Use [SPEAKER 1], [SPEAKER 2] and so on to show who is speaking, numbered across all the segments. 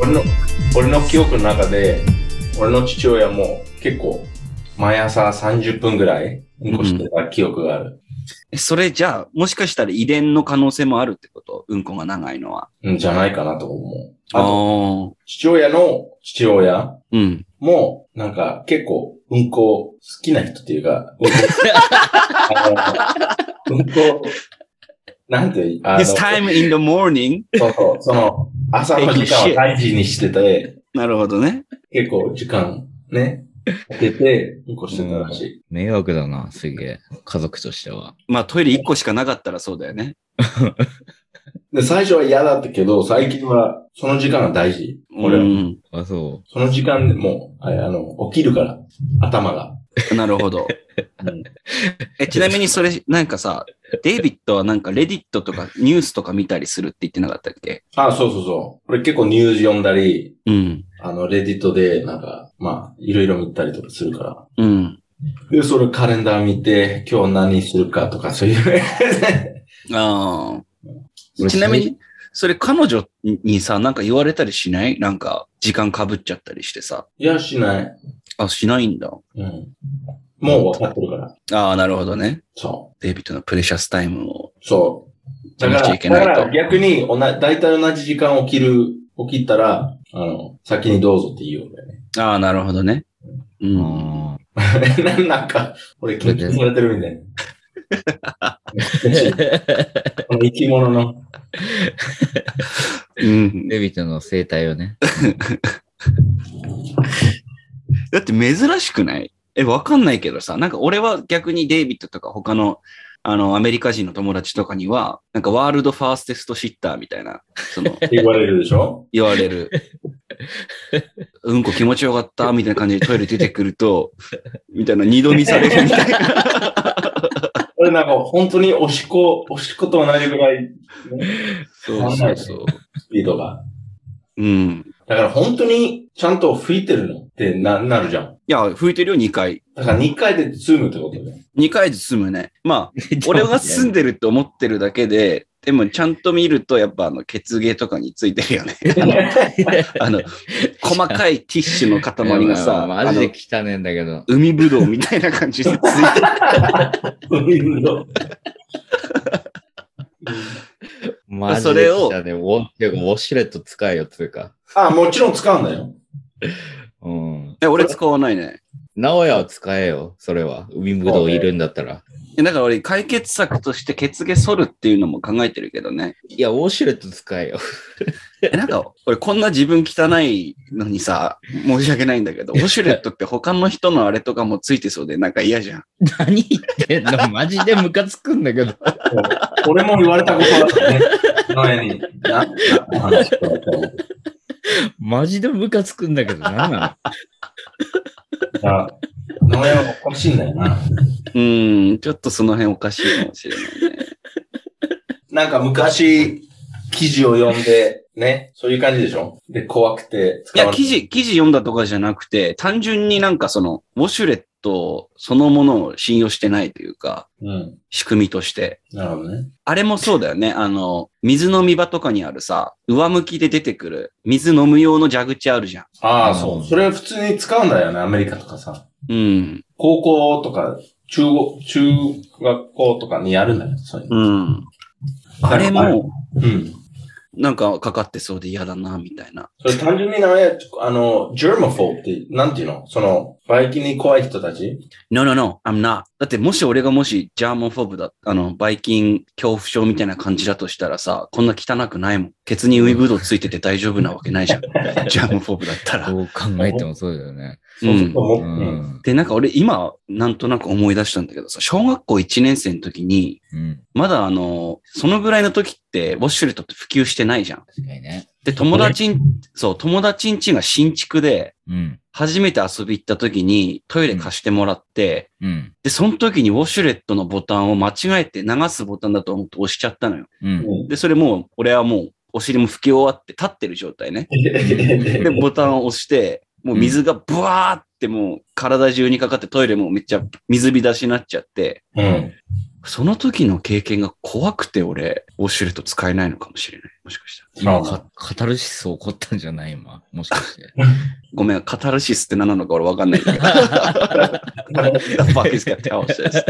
[SPEAKER 1] 俺の俺の記憶の中で俺の父親も結構毎朝30分ぐらいうんこしてた記憶がある、
[SPEAKER 2] えそれじゃあ、もしかしたら遺伝の可能性もあるってことうんこが長いのは。
[SPEAKER 1] うん、じゃないかなと思う。あ
[SPEAKER 2] あ
[SPEAKER 1] と、
[SPEAKER 2] ー。
[SPEAKER 1] 父親の父親
[SPEAKER 2] うん。
[SPEAKER 1] も、なんか結構、うんこ好きな人っていう か、うんこあのうんこ、なんていう、あ
[SPEAKER 2] His time in the morning?
[SPEAKER 1] そうそう、その、朝の時間を
[SPEAKER 2] Taking shit
[SPEAKER 1] 大事にして て、
[SPEAKER 2] なるほどね。
[SPEAKER 1] 結構時間 ね、かけて、うんこしてたらしい。
[SPEAKER 3] 迷惑だな、すげえ。家族としては。
[SPEAKER 2] まあトイレ1個しかなかったらそうだよね。
[SPEAKER 1] で、最初は嫌だったけど、最近は、その時間が大事。俺
[SPEAKER 2] う
[SPEAKER 1] は、
[SPEAKER 2] ん。
[SPEAKER 3] あ、そ
[SPEAKER 1] その時間でもう、ああの、起きるから、頭が。
[SPEAKER 2] なるほど。
[SPEAKER 1] うん
[SPEAKER 2] え、ちなみにそれ、なんかさ、デイビッドはなんかレディットとかニュースとか見たりするって言ってなかったっけ
[SPEAKER 1] あ、そうそうそう。俺結構ニュース読んだり、
[SPEAKER 2] うん。
[SPEAKER 1] あの、レディットで、なんか、まあ、いろいろ見たりとかするから。
[SPEAKER 2] うん。
[SPEAKER 1] で、それカレンダー見て、今日何するかとか、そういう。
[SPEAKER 2] ああ。
[SPEAKER 3] う。
[SPEAKER 2] ちなみに、それ彼女にさ、なんか言われたりしないなんか、時間かぶっちゃったりしてさ。
[SPEAKER 1] いや、しない。
[SPEAKER 2] あ、しないんだ。
[SPEAKER 1] うん。もう分かってるから。
[SPEAKER 2] ああ、なるほどね。
[SPEAKER 1] そ
[SPEAKER 2] デイビッドのプレシャスタイムを。
[SPEAKER 1] う。そう。だか
[SPEAKER 2] やんなきゃ
[SPEAKER 1] ら、
[SPEAKER 2] いけない
[SPEAKER 1] だ
[SPEAKER 2] と
[SPEAKER 1] から逆に、おな、大体同じ時間起きる、起きたら、あの、先にどうぞって言うんだよね。
[SPEAKER 2] ああ、なるほどね。うん。
[SPEAKER 3] あー
[SPEAKER 1] なんなんか、俺、研究されてるみたいな。 この生き物の。
[SPEAKER 2] うん、
[SPEAKER 3] デビットの生態をね。
[SPEAKER 2] だって珍しくないえ、わかんないけどさ、なんか俺は逆にデイビッドとか他の、あの、アメリカ人の友達とかには、なんかワールドファーステストシッターみたいな、そ の、
[SPEAKER 1] って言われるでしょ
[SPEAKER 2] 言われる。うんこ気持ちよかった、みたいな感じでトイレ出てくると、みたいな二度見されるみたい な。
[SPEAKER 1] 俺なんか本当におしっこ、おしっこと同じぐらい
[SPEAKER 2] そうそうそう。
[SPEAKER 1] スピードが。
[SPEAKER 2] うん。
[SPEAKER 1] だから本当にちゃんと吹いてるのってな、なるじゃん。
[SPEAKER 2] いや、拭いてるよ、2回。
[SPEAKER 1] だから2回で済むってことだよ。
[SPEAKER 2] 2回ずつ済むね。まあ、 俺が住ん
[SPEAKER 3] で
[SPEAKER 2] でるって思ってるだけで、でもちゃんと見ると、やっぱあの、血芸とかについてるよ ね。あの、細かいティッシュの塊がさ、あ
[SPEAKER 3] マジ
[SPEAKER 2] の
[SPEAKER 3] で汚ねえんだけど。
[SPEAKER 2] 海ぶどうみたいな感じでついてる
[SPEAKER 3] マジで
[SPEAKER 2] それを
[SPEAKER 3] 汚ねえウォてかウォシュレット使えよ、つうか。
[SPEAKER 1] あ、もちろん使うんだよ。
[SPEAKER 3] うん。
[SPEAKER 2] え 俺使わないね。
[SPEAKER 3] 直哉は使えよ、それは。海ぶどういるんだったら。
[SPEAKER 2] えだから俺、解決策として血毛剃るっていうのも考えてるけどね。
[SPEAKER 3] いや、ウォシュレット使えよ。
[SPEAKER 2] えなんか、俺こんな自分汚いのにさ、申し訳ないんだけど、ウォシュレットって他の人のあれとかもついてそうで、なんか嫌じゃん。
[SPEAKER 3] 何言ってんのマジでムカつくんだけど。
[SPEAKER 1] 俺も言われたことあったね。前に。な、な話したこと
[SPEAKER 3] マジでムカつくんだけど、何な
[SPEAKER 1] あったな名前はおかしいんだよな。
[SPEAKER 2] うーん、ちょっとその辺おかしいかもしれないね。
[SPEAKER 1] なんか昔、記事を読んで、ね、そういう感じでしょで、怖くて
[SPEAKER 2] い
[SPEAKER 1] 使わ
[SPEAKER 2] や、
[SPEAKER 1] ない。
[SPEAKER 2] 記事、記事読んだとかじゃなくて、単純になんかその、ウォシュレットそのものを信用してないというか、
[SPEAKER 1] うん。
[SPEAKER 2] 仕組みとして。
[SPEAKER 1] なるほどね。
[SPEAKER 2] あれもそうだよね。あの、水飲み場とかにあるさ、上向きで出てくる、水飲む用の蛇口あるじゃん。
[SPEAKER 1] ああ、
[SPEAKER 3] うん
[SPEAKER 1] そう。それ普通に使うんだよね、アメリカとかさ。
[SPEAKER 2] うん。
[SPEAKER 1] 高校とか、中国、中学校とかにやるんだよ、そういうの。
[SPEAKER 2] うん。あれも、
[SPEAKER 1] うん。
[SPEAKER 2] なんかかかってそうで嫌だな、みたいな。
[SPEAKER 1] それ単純に名前、あの、ジェルマフォーって、なんていうのその、バイキンに怖い人たち
[SPEAKER 2] No, no, no, I'm not. だってもし俺がもしジャーモンフォブだ、あの、バイキン恐怖症みたいな感じだとしたらさ、こんな汚くないもん。ケツにウイグドついてて大丈夫なわけないじゃん。ジャーモンフォブだったら。
[SPEAKER 3] のどう考えてもそうだよね。
[SPEAKER 1] そうそううんそう、
[SPEAKER 3] う。
[SPEAKER 1] うん
[SPEAKER 2] で、なんか俺今、なんとなく思い出したんだけどさ、小学校1年生の時に、
[SPEAKER 3] うん。
[SPEAKER 2] まだあの、そのぐらいの時って、ウォッシュレットって普及してないじゃん。
[SPEAKER 3] 確かにね。
[SPEAKER 2] で、友達ん、そう、友達ん家が新築で、
[SPEAKER 3] うん。
[SPEAKER 2] 初めて遊び行った時にトイレ貸してもらって、
[SPEAKER 3] うん。
[SPEAKER 2] で、その時にウォシュレットのボタンを間違えて流すボタンだと思って押しちゃったのよ。
[SPEAKER 3] うん。
[SPEAKER 2] で、それもう、俺はもう、お尻も拭き終わって立ってる状態
[SPEAKER 1] ん。
[SPEAKER 2] ね。で、ボタンを押して、もう水がブワーってもう体中にかかってトイレもめっちゃ水浸しになっちゃって、
[SPEAKER 1] うん。
[SPEAKER 2] その時の経験が怖くて俺、ウォシュレット使えないのかもしれない。もしかしたら。
[SPEAKER 1] まあ
[SPEAKER 3] 今カ、カタルシス起こったんじゃない今。もしかして。
[SPEAKER 2] ごめん、カタルシスって何なのか俺わかんないん だけど。バーキスカって合わせです。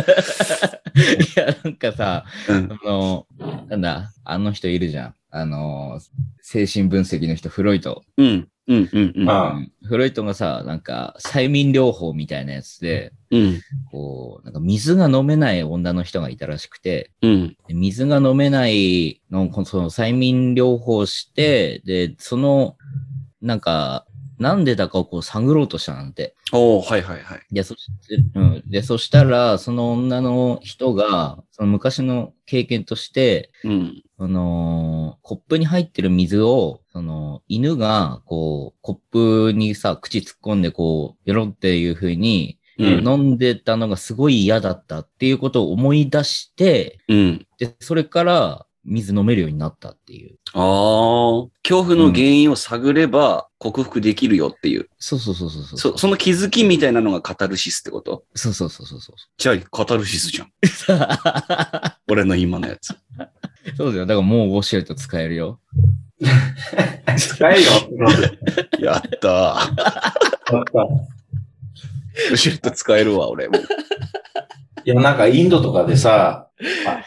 [SPEAKER 3] いや、なんかさ、
[SPEAKER 2] うん。
[SPEAKER 3] あの、なんだ、あの人いるじゃん。あの、精神分析の人、フロイト。
[SPEAKER 2] うん。うん。うん。うん。
[SPEAKER 1] ああ
[SPEAKER 3] うんフロイトがさ、なんか、催眠療法みたいなやつで、
[SPEAKER 2] うん。
[SPEAKER 3] こう、なんか水が飲めない女の人がいたらしくて、
[SPEAKER 2] うん。
[SPEAKER 3] で水が飲めないの、こその催眠療法して、で、その、なんか、なんでだかをこう探ろうとしたなんて。
[SPEAKER 2] おー、はいはいはい。
[SPEAKER 3] で、そして、うん。で、そしたら、その女の人が、その昔の経験として、
[SPEAKER 2] うん。
[SPEAKER 3] その、コップに入ってる水を、その、犬が、こう、コップにさ、口突っ込んで、こう、よろっていう風に、
[SPEAKER 2] うん。
[SPEAKER 3] 飲んでたのがすごい嫌だったっていうことを思い出して、
[SPEAKER 2] うん。
[SPEAKER 3] で、それから水飲めるようになったっていう。
[SPEAKER 2] ああ、恐怖の原因を探れば克服できるよっていう。
[SPEAKER 3] そうそうそうそうそう。
[SPEAKER 2] そその気づきみたいなのがカタルシスってこと
[SPEAKER 3] そうそうそうそうそう。
[SPEAKER 2] じゃあ、カタルシスじゃん。俺の今のやつ。
[SPEAKER 3] そうだよ。だからもうウォシュレット使えるよ。
[SPEAKER 1] 使えよ。
[SPEAKER 2] やったー。ウォシュレット使えるわ、俺も。
[SPEAKER 1] いや、なんかインドとかでさ、あ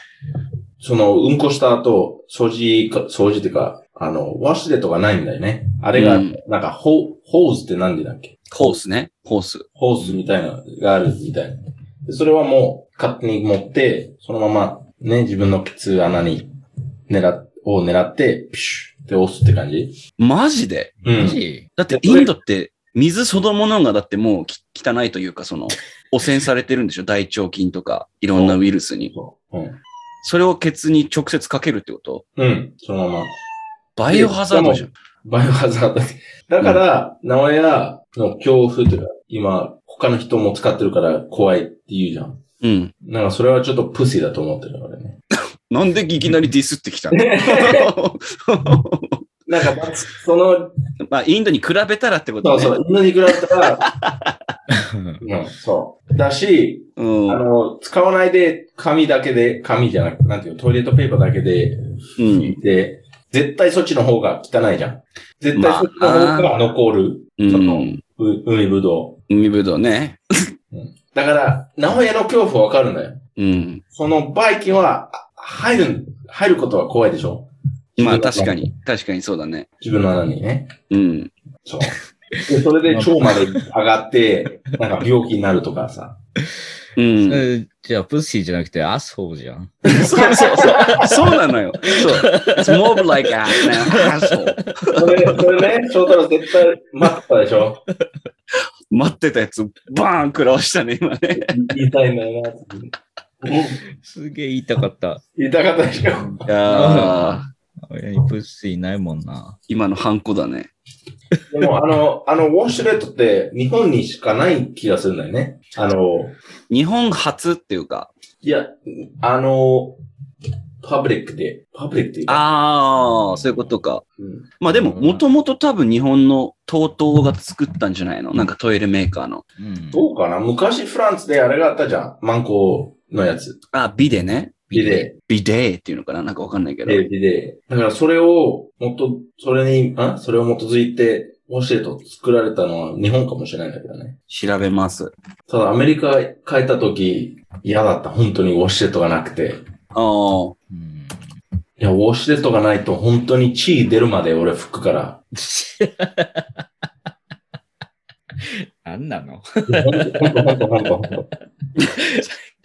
[SPEAKER 1] その、うんこした後、掃除か、掃除っていうか、あの、ワシレとかないんだよね。あれが、
[SPEAKER 2] うん
[SPEAKER 1] なんか、ホ、ホーズってなんでだっけ
[SPEAKER 2] ホースね。ホース。
[SPEAKER 1] ホースみたいなのがあるみたいな。でそれはもう、勝手に持って、そのまま、ね、自分のケツ穴に、狙っ、を狙って、ピシュって押すって感じ
[SPEAKER 2] マジで
[SPEAKER 1] う
[SPEAKER 3] マ
[SPEAKER 1] ん。
[SPEAKER 3] ジ
[SPEAKER 2] だってインドって水そのものがだってもうき汚いというかその汚染されてるんでしょ大腸菌とかいろんなウイルスに。
[SPEAKER 1] そううん。
[SPEAKER 2] それをケツに直接かけるってこと
[SPEAKER 1] うん、そのまま。
[SPEAKER 2] バイオハザードじゃん。
[SPEAKER 1] バイオハザード。だから、名古屋の恐怖というか、今、他の人も使ってるから怖いって言うじゃん。
[SPEAKER 2] うん。
[SPEAKER 1] なんかそれはちょっとプシーだと思ってる俺ね。
[SPEAKER 2] なんでいきなりディスってきた の
[SPEAKER 1] なんか、まその、
[SPEAKER 2] まあ、インドに比べたらってこと
[SPEAKER 1] そう
[SPEAKER 2] ね。
[SPEAKER 1] そう、犬に比べたら、
[SPEAKER 3] うん
[SPEAKER 1] うん、そう。だし、
[SPEAKER 2] うん。
[SPEAKER 1] あの、使わないで、紙だけで、紙じゃなくて、なんていうのトイレットペーパーだけで、
[SPEAKER 2] うん。
[SPEAKER 1] で、絶対そっちの方が汚いじゃん。絶対そっちの方が残る。
[SPEAKER 2] う
[SPEAKER 1] その
[SPEAKER 2] ん。
[SPEAKER 1] う海ぶど
[SPEAKER 2] 海ぶどうね。
[SPEAKER 1] う。だから、名古屋の恐怖はわかるんだよ。
[SPEAKER 2] うん。
[SPEAKER 1] そのバイキンは、あ入る、入ることは怖いでしょ
[SPEAKER 2] まあ、確か。に。確かにそうだね。
[SPEAKER 1] 自分の穴にね。
[SPEAKER 2] うん。
[SPEAKER 1] そう。で、それで腸まで上がって、なんか病気になるとかさ。
[SPEAKER 2] う
[SPEAKER 3] え
[SPEAKER 2] ん。
[SPEAKER 3] ーじゃあ、プッシーじゃなくてアスホーじゃん。
[SPEAKER 2] そうそう そう。そうなのよ。そう。It's more like a asshole.
[SPEAKER 1] それ、それね、翔太郎絶対待ってたでしょ
[SPEAKER 2] 待ってたやつ、バーン食らわしたね、今ね。
[SPEAKER 1] 言いたいんだよなって。
[SPEAKER 3] すげえ言いたかった。
[SPEAKER 1] 言いたかったでしょ
[SPEAKER 2] いやー
[SPEAKER 3] 俺にプッシーないもんな。
[SPEAKER 2] 今のハンコだね。
[SPEAKER 1] でも、あの、あの、ウォシュレットって日本にしかない気がするんだよね。あの、
[SPEAKER 2] 日本初っていうか、
[SPEAKER 1] いや、あの、パブリックで、パブリックで。
[SPEAKER 2] ああ、そういうことか。
[SPEAKER 1] うん、
[SPEAKER 2] まあでも、
[SPEAKER 3] うん
[SPEAKER 2] もともと多分日本の TOTO が作ったんじゃないのなんかトイレメーカーの。
[SPEAKER 3] うん。
[SPEAKER 1] どうかな昔フランスであれがあったじゃん。マンコのやつ。
[SPEAKER 2] あ、ビデね。
[SPEAKER 1] ビデ。
[SPEAKER 2] ビデーっていうのかななんかわかんないけど。
[SPEAKER 1] テレビで。だからそれを、もっと、それに、んそれを基づいて、ウォシュレット作られたのは日本かもしれないんだけどね。
[SPEAKER 2] 調べます。
[SPEAKER 1] ただアメリカ帰った時、嫌だった。本当にウォシュレットがなくて。
[SPEAKER 2] ああ。
[SPEAKER 3] うん
[SPEAKER 1] いや、ウォシュレットがないと本当に血出るまで俺拭く から。
[SPEAKER 3] なんなの
[SPEAKER 1] いやほんとほんとほんとほんとほんと。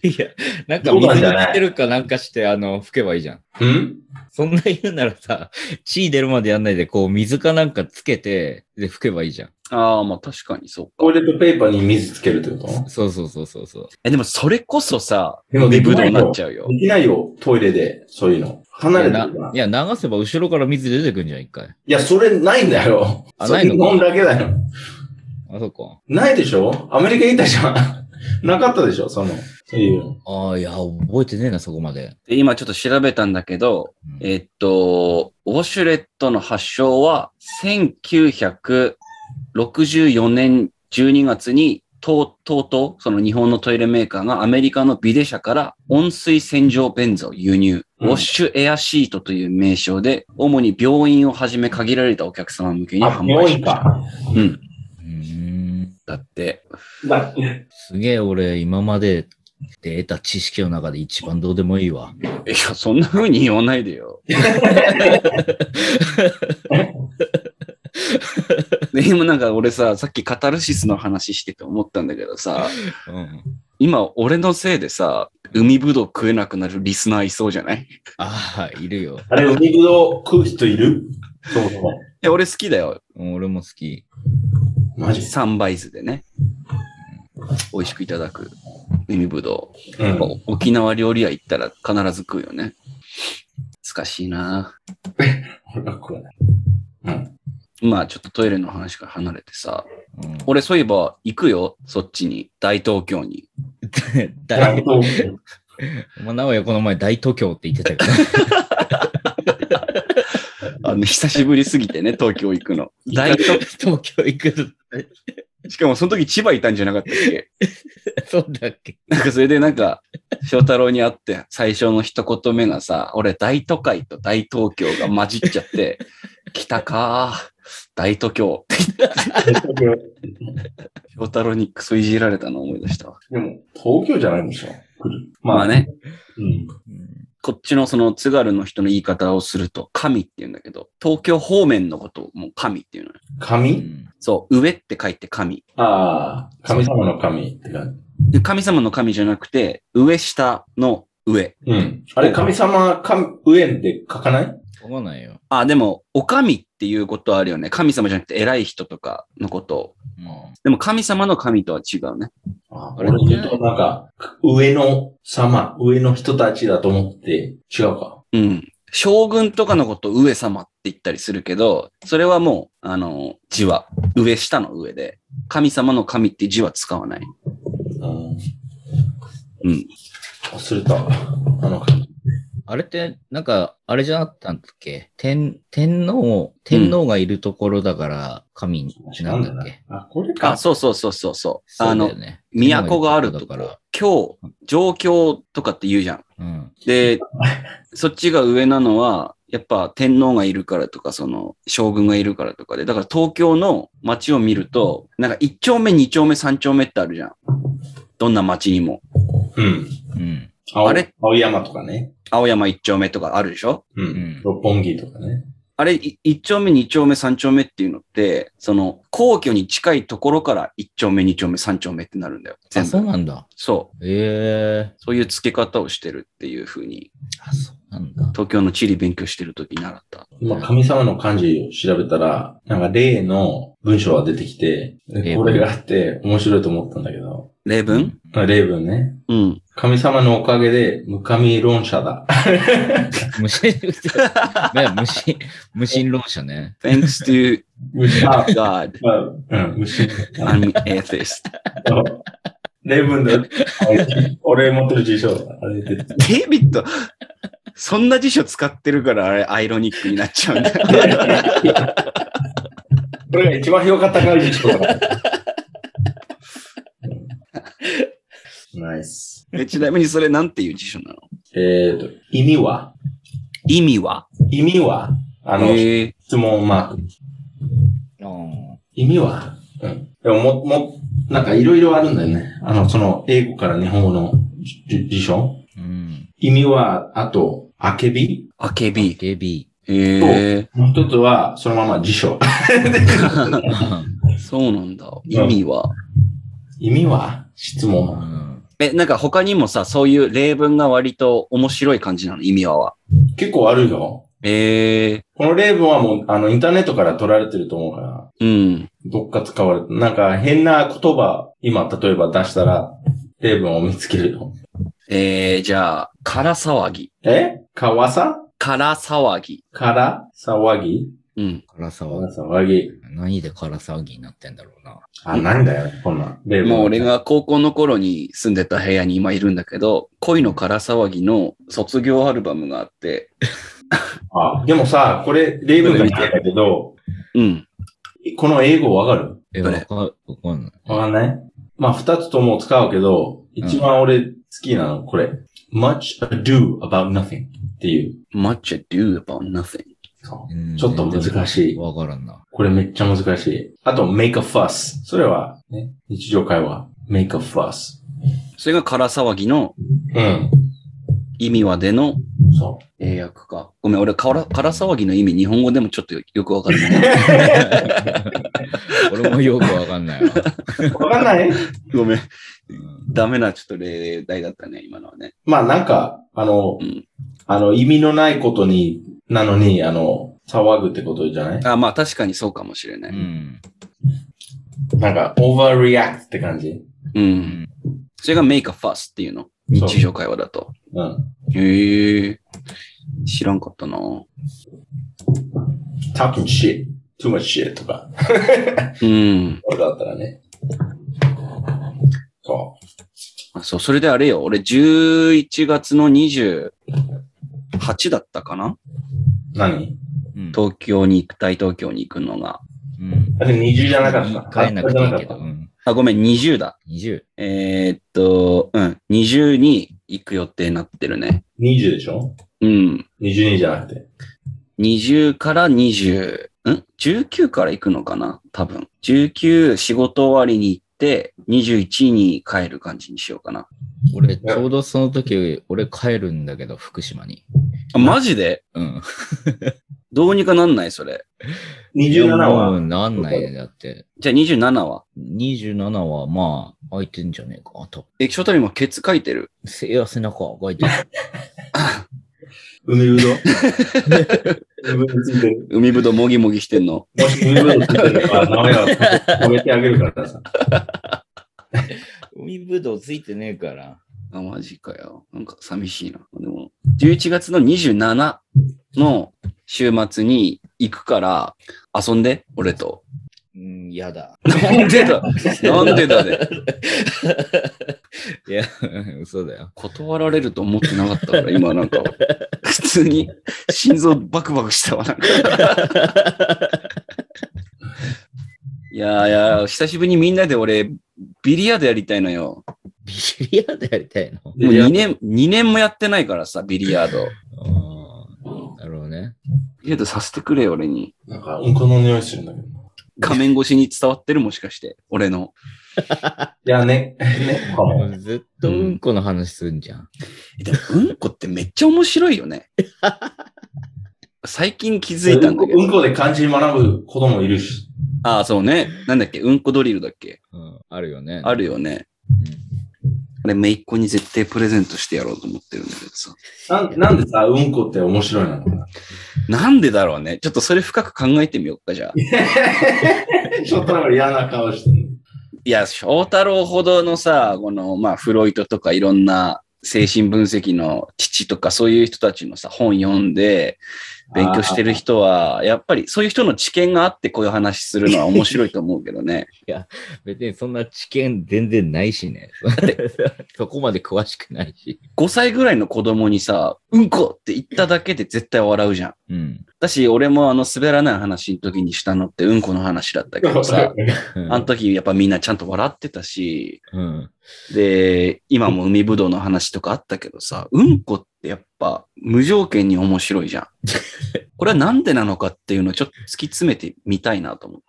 [SPEAKER 3] いや、なんか
[SPEAKER 1] そう
[SPEAKER 3] 水
[SPEAKER 1] なんじゃない
[SPEAKER 3] が出てるかなんかして、あの、拭けばいいじゃん。
[SPEAKER 1] ん
[SPEAKER 3] そんな言うならさ、血出るまでやんないで、こう、水かなんかつけて、で、拭けばいいじゃん。
[SPEAKER 2] ああ、まあ確かにそう
[SPEAKER 1] ト
[SPEAKER 2] か。
[SPEAKER 1] イレットペーパーに水つけるってこと
[SPEAKER 3] そうそうそうそうそう。
[SPEAKER 2] え、でもそれこそさ、
[SPEAKER 1] でも
[SPEAKER 2] 海
[SPEAKER 1] でき
[SPEAKER 2] ぶどう
[SPEAKER 1] な
[SPEAKER 2] に
[SPEAKER 1] い
[SPEAKER 2] なっ
[SPEAKER 1] よ。
[SPEAKER 2] ちゃうよ。
[SPEAKER 1] できないよ、トイレで、そういうの。離れ
[SPEAKER 3] い
[SPEAKER 1] て
[SPEAKER 3] や
[SPEAKER 1] るから。
[SPEAKER 3] ない
[SPEAKER 1] い
[SPEAKER 3] や、流せば後ろから水出てくんじゃん、一回。
[SPEAKER 1] や、それないんだよ。
[SPEAKER 3] あ
[SPEAKER 1] それ
[SPEAKER 3] ないの
[SPEAKER 1] 日
[SPEAKER 3] か
[SPEAKER 1] 本だけだよ。
[SPEAKER 3] あ、そっか。
[SPEAKER 1] ないでしょアメリカ行ったじゃん。 なかったでしょその、そういう。
[SPEAKER 3] ああ、いや、覚えてねえな、そこまで。
[SPEAKER 2] で今ちょっと調べたんだけど、
[SPEAKER 3] うん
[SPEAKER 2] えっと、ウォシュレットの発祥は1964年12月にとう、とうとう、その日本のトイレメーカーがアメリカのビデ社から温水洗浄便座を輸入。
[SPEAKER 1] うん
[SPEAKER 2] ウォッシュエアシートという名称で、主に病院をはじめ限られたお客様向けに
[SPEAKER 1] あ、
[SPEAKER 2] 販売
[SPEAKER 1] 病
[SPEAKER 2] し
[SPEAKER 1] 院
[SPEAKER 2] ました。
[SPEAKER 1] か。
[SPEAKER 2] うん。
[SPEAKER 3] うーん。
[SPEAKER 2] だって、
[SPEAKER 1] だ
[SPEAKER 3] すげえ俺、今までで得た知識の中で一番どうでもいいわ。
[SPEAKER 2] いや、そんな風に言わないでよ。で、今なんか俺さ、さっきカタルシスの話してて思ったんだけどさ、
[SPEAKER 3] うん。
[SPEAKER 2] 今俺のせいでさ、海ぶどう食えなくなるリスナーいそうじゃない
[SPEAKER 3] ああ、いるよ。
[SPEAKER 1] あれ、海ぶどう食う人いるそうそう。
[SPEAKER 2] いや俺好きだよ。
[SPEAKER 3] うん俺も好き。
[SPEAKER 1] マジ
[SPEAKER 2] サンバイズでね。美味しくいただく海ぶど
[SPEAKER 1] う
[SPEAKER 2] う。やっぱ
[SPEAKER 1] ん。
[SPEAKER 2] 沖縄料理屋行ったら必ず食うよね。難しいな
[SPEAKER 1] 俺は食わない。うん。
[SPEAKER 2] まあちょっとトイレの話から離れてさ、
[SPEAKER 3] うん、
[SPEAKER 2] 俺そういえば行くよ、そっちに。大東京に。
[SPEAKER 3] 大
[SPEAKER 1] 大東京
[SPEAKER 3] お前、名古屋この前大都京って言ってたけど。
[SPEAKER 2] あの、久しぶりすぎてね、東京行くの。大東
[SPEAKER 3] 東京行く。
[SPEAKER 2] しかもその時千葉いたんじゃなかったっけ
[SPEAKER 3] そうだっけ
[SPEAKER 2] なんかそれでなんか、翔太郎に会って最初の一言目がさ、俺大都会と大東京が混じっちゃって、 来たかー、大都京。
[SPEAKER 1] 東京
[SPEAKER 2] 翔太郎にクソいじられたの思い出したわ。
[SPEAKER 1] でも、東京じゃないでしょ。来る。
[SPEAKER 2] まあ。ね、
[SPEAKER 1] うん。
[SPEAKER 3] うん
[SPEAKER 2] こっちのその津軽の人の言い方をすると、神って言うんだけど、東京方面のことをもう神っていうのよ。
[SPEAKER 3] う
[SPEAKER 1] 神
[SPEAKER 3] ん
[SPEAKER 2] そう、上って書いて神。
[SPEAKER 1] ああ、神様の神って感じ。
[SPEAKER 2] で神様の神じゃなくて、上下の上。
[SPEAKER 1] うん。あれ、神様、神、上で書かない
[SPEAKER 3] わかんないよ。
[SPEAKER 2] あ、でも、お神っていうことはあるよね。神様じゃなくて偉い人とかのことを。
[SPEAKER 3] う
[SPEAKER 2] でも神様の神とは違うね。
[SPEAKER 1] あ
[SPEAKER 3] あれ
[SPEAKER 1] 俺の言うと、なんか、上の様、上の人たちだと思って、違うか。
[SPEAKER 2] うん。将軍とかのことを上様って言ったりするけど、それはもう、あの、字は上下の上で、神様の神って字は使わない。
[SPEAKER 1] うん。
[SPEAKER 2] うん。
[SPEAKER 1] 忘れた。あの神。
[SPEAKER 3] んあれって、なんか、あれじゃなかったんだっけ天、天皇、天皇がいるところだから、神なんだっけ、
[SPEAKER 1] あ、これか
[SPEAKER 2] あ、。そうそうそうそうそう。
[SPEAKER 3] そう
[SPEAKER 2] あ
[SPEAKER 3] だよ
[SPEAKER 2] の、
[SPEAKER 3] ね、
[SPEAKER 2] 都があると
[SPEAKER 3] 天皇がいる
[SPEAKER 2] こ、京、上京とかって言うじゃん。
[SPEAKER 3] とこだから。うん。
[SPEAKER 2] で、そっちが上なのは、やっぱ天皇がいるからとか、その将軍がいるからとかで、だから東京の街を見ると、なんか1丁目、2丁目、3丁目ってあるじゃん。どんな街にも。
[SPEAKER 1] うん。
[SPEAKER 3] うん。
[SPEAKER 1] 青
[SPEAKER 2] あれ
[SPEAKER 1] 青山とかね。
[SPEAKER 2] 青山1丁目とかあるでしょ
[SPEAKER 1] うん。
[SPEAKER 3] ん
[SPEAKER 1] 六本木とかね。
[SPEAKER 2] あれ、い1丁目、2丁目、3丁目っていうのって、その皇居に近いところから1丁目、2丁目、3丁目ってなるんだよ。全
[SPEAKER 3] あ、
[SPEAKER 2] 部
[SPEAKER 3] そうなんだ。
[SPEAKER 2] そう。
[SPEAKER 3] ええ
[SPEAKER 2] そういう付け方をしてるっていうふうに、
[SPEAKER 3] あ、そうなんだ。
[SPEAKER 2] 東京の地理勉強してるとき習った。
[SPEAKER 1] 今、神様の漢字を調べたら、なんか、例の文章が出てきて、
[SPEAKER 3] 例
[SPEAKER 1] で
[SPEAKER 3] 文
[SPEAKER 1] これがあって、面白いと思ったんだけど、
[SPEAKER 2] 例文
[SPEAKER 1] あ例文ね。
[SPEAKER 2] うん。
[SPEAKER 1] 神様のおかげで、無神論者 だ。
[SPEAKER 3] 無心、ね無心、無心論者ね。
[SPEAKER 2] Thanks to
[SPEAKER 1] 無神、あ
[SPEAKER 2] God,
[SPEAKER 1] まあうん、無神論者
[SPEAKER 2] I'm atheist.
[SPEAKER 1] 例文だ。俺持ってる辞書、あれ出て き
[SPEAKER 2] デイビッド、そんな辞書使ってるからあれアイロニックになっちゃ うんだ。
[SPEAKER 1] たこれが一番評価高い辞書だから。うんナイス。
[SPEAKER 2] えちなみにそれなんていう辞書なの
[SPEAKER 1] えっ、と、意味は
[SPEAKER 2] 意味は
[SPEAKER 1] 意味はあの、
[SPEAKER 2] へえ
[SPEAKER 1] 質問マーク。
[SPEAKER 3] うん。
[SPEAKER 1] 意味はうん。でも、も、も、なんかいろいろあるんだよね。あの、その、英語から日本語のじじ辞書。
[SPEAKER 3] うん。
[SPEAKER 1] 意味は、あと、あけび
[SPEAKER 2] あけび。
[SPEAKER 3] KB。
[SPEAKER 2] へえ
[SPEAKER 1] もう一つは、そのまま辞書。
[SPEAKER 2] そうなんだ。意味は。
[SPEAKER 1] 意味は質
[SPEAKER 3] う
[SPEAKER 1] 問。
[SPEAKER 3] ん。
[SPEAKER 2] え、なんか他にもさ、そういう例文が割と面白い感じなの意味はは。
[SPEAKER 1] 結構あるよ。
[SPEAKER 2] へえ
[SPEAKER 1] この例文はもう、あの、インターネットから取られてると思うから、
[SPEAKER 2] うん。
[SPEAKER 1] どっか使われて、なんか変な言葉、今、例えば出したら、例文を見つけるよ。
[SPEAKER 2] えー、じゃあ、から騒ぎ。
[SPEAKER 1] えかわさ
[SPEAKER 2] から騒ぎ。
[SPEAKER 1] から騒ぎ
[SPEAKER 2] うん。
[SPEAKER 3] 辛さ
[SPEAKER 1] から
[SPEAKER 3] は、
[SPEAKER 1] 騒ぎ。
[SPEAKER 3] 何で辛騒ぎになってんだろうな。
[SPEAKER 1] あ、なんだよ、こんなん。例文
[SPEAKER 2] もう俺。が高校の頃に住んでた部屋に今いるんだけど、恋のから騒ぎの卒業アルバムがあって、
[SPEAKER 1] あ、でもさ、これ、例文が言ってんだけど、
[SPEAKER 2] うん。
[SPEAKER 1] この英語わかる
[SPEAKER 3] え、
[SPEAKER 2] ど
[SPEAKER 3] わ
[SPEAKER 2] れ
[SPEAKER 3] か、わかんない。
[SPEAKER 1] わかんないまあ、二つとも使うけど、一番俺好きなの、これ。much ado about nothing っていう。
[SPEAKER 2] much ado about nothing.
[SPEAKER 1] そう
[SPEAKER 3] うん
[SPEAKER 1] ちょっと難しい
[SPEAKER 3] わからんな。
[SPEAKER 1] これめっちゃ難しい。あと、make a fuss。それは、ね、日常会話。make a fuss。
[SPEAKER 2] それが空騒ぎの
[SPEAKER 1] うん。
[SPEAKER 2] 意味はでの
[SPEAKER 1] そ
[SPEAKER 2] 英訳か。ごめん、俺、から空騒ぎの意味、日本語でもちょっとよよくわかんない。
[SPEAKER 3] 俺もよくわかんないわ。
[SPEAKER 1] う。わかんない
[SPEAKER 2] ごめん。
[SPEAKER 3] うん
[SPEAKER 2] ダメな、ちょっと例題だったね、今のはね。
[SPEAKER 1] まあなんか、あの、
[SPEAKER 2] うん
[SPEAKER 1] あの、意味のないことに、なのに、あの、騒ぐってことじゃない
[SPEAKER 2] あ、まあ確かにそうかもしれな
[SPEAKER 3] う
[SPEAKER 2] い。
[SPEAKER 3] ん。
[SPEAKER 1] なんか、overreact って感じ。
[SPEAKER 2] うん。それが make a fuss っていうの。日常会話だと。
[SPEAKER 1] うん。
[SPEAKER 2] へえ。知らんかったな。
[SPEAKER 1] talking shit, too much shit とか。
[SPEAKER 2] うん。
[SPEAKER 1] そうだったらね。そ
[SPEAKER 2] あそう、それであれよ。俺、11月の28だったかな
[SPEAKER 1] う。何
[SPEAKER 3] うん。
[SPEAKER 2] 東京に行く、大東京に行くのが。
[SPEAKER 3] うん。
[SPEAKER 1] あれ20じゃなかった。
[SPEAKER 3] 変えなくていいけど。
[SPEAKER 1] あ
[SPEAKER 3] う
[SPEAKER 1] じゃなかっ
[SPEAKER 3] ん。
[SPEAKER 2] あ、ごめん、20だ。
[SPEAKER 3] 20。
[SPEAKER 2] えーっと、うん、20に行く予定になってるね。
[SPEAKER 1] た。20でしょ
[SPEAKER 2] うん。
[SPEAKER 1] ?22 じゃなくて。
[SPEAKER 2] 20から20、ん ?19 から行くのかな多分。19仕事終わりに行って、21に帰る感じにしようかな。
[SPEAKER 3] 俺、ちょうどその時、俺帰るんだけど、福島に。
[SPEAKER 2] あ、マジで
[SPEAKER 3] うん。
[SPEAKER 2] どうにかなんないそれ。
[SPEAKER 1] 27
[SPEAKER 3] も
[SPEAKER 1] は
[SPEAKER 3] うなんないね、だって。
[SPEAKER 2] じゃあ27は
[SPEAKER 3] 27は、まあ、空いてんじゃねえか。あと、
[SPEAKER 2] 液晶タイもケツ書いてる。
[SPEAKER 3] せいや背中空いてる。
[SPEAKER 1] 梅うど梅うどついてる。
[SPEAKER 2] 海ぶどうもぎもぎしてんの。
[SPEAKER 1] もし梅うどついてるから、名前は止めてあげるからさ。
[SPEAKER 3] 海ぶどうついてねえから。
[SPEAKER 2] あ、マジかよ。なんか寂しいな。でも、11月の27の週末に行くから、遊んで、俺と。
[SPEAKER 3] うん、やだ。
[SPEAKER 2] なんでだなんでだね。
[SPEAKER 3] いや、嘘だよ。
[SPEAKER 2] 断られると思ってなかったから、今なんか、普通に心臓バクバクしたわ、なんか。いやいや、久しぶりにみんなで俺、ビリヤードやりたいのよ。
[SPEAKER 3] ビリヤードやりたいの
[SPEAKER 2] もう2年、2年もやってないからさ、ビリヤード。
[SPEAKER 3] ああ、なるほどね。
[SPEAKER 2] ビリヤードさせてくれよ、俺に。
[SPEAKER 1] なんか、うんこの匂いするんだけど。
[SPEAKER 2] 画面越しに伝わってるもしかして、俺の。
[SPEAKER 1] いや、ね、ね、かも。
[SPEAKER 3] ずっとうんこの話すんじゃん。
[SPEAKER 2] でも、うんこってめっちゃ面白い よね。最近気づいたんだけど。
[SPEAKER 1] うんこで漢字学ぶ子供いるし。
[SPEAKER 2] ああ、そうね。なんだっけうんこドリルだっけ
[SPEAKER 3] うん、あるよね。
[SPEAKER 2] あるよね。あれ、めいっ子に絶対プレゼントしてやろうと思ってるんだけどさ。
[SPEAKER 1] なんなんでさ、うんこって面白いのかな
[SPEAKER 2] なんでだろうね。ちょっとそれ深く考えてみようか、じゃあ。
[SPEAKER 1] ちょっとなんか嫌な顔してる。
[SPEAKER 2] いや、翔太郎ほどのさ、この、まあ、フロイトとかいろんな精神分析の父とかそういう人たちのさ、本読んで、勉強してる人は、やっぱりそういう人の知見があってこういう話するのは面白いと思うけど ね。
[SPEAKER 3] 別にそんな知見全然ないしね。そこまで詳しくないし。
[SPEAKER 2] 5歳ぐらいの子供にさ、うんこって言っただけで絶対笑うじゃん。
[SPEAKER 3] うん。
[SPEAKER 2] だし、俺もあの滑らない話の時にしたのってうんこの話だったけ どさ、あの時やっぱみんなちゃんと笑ってたし、
[SPEAKER 3] うん。
[SPEAKER 2] で、今も海ぶどうの話とかあったけどさ、うんこってやっぱ無条件に面白い じゃん。これはなんでなのかっていうのをちょっと突き詰めてみたいなと思って。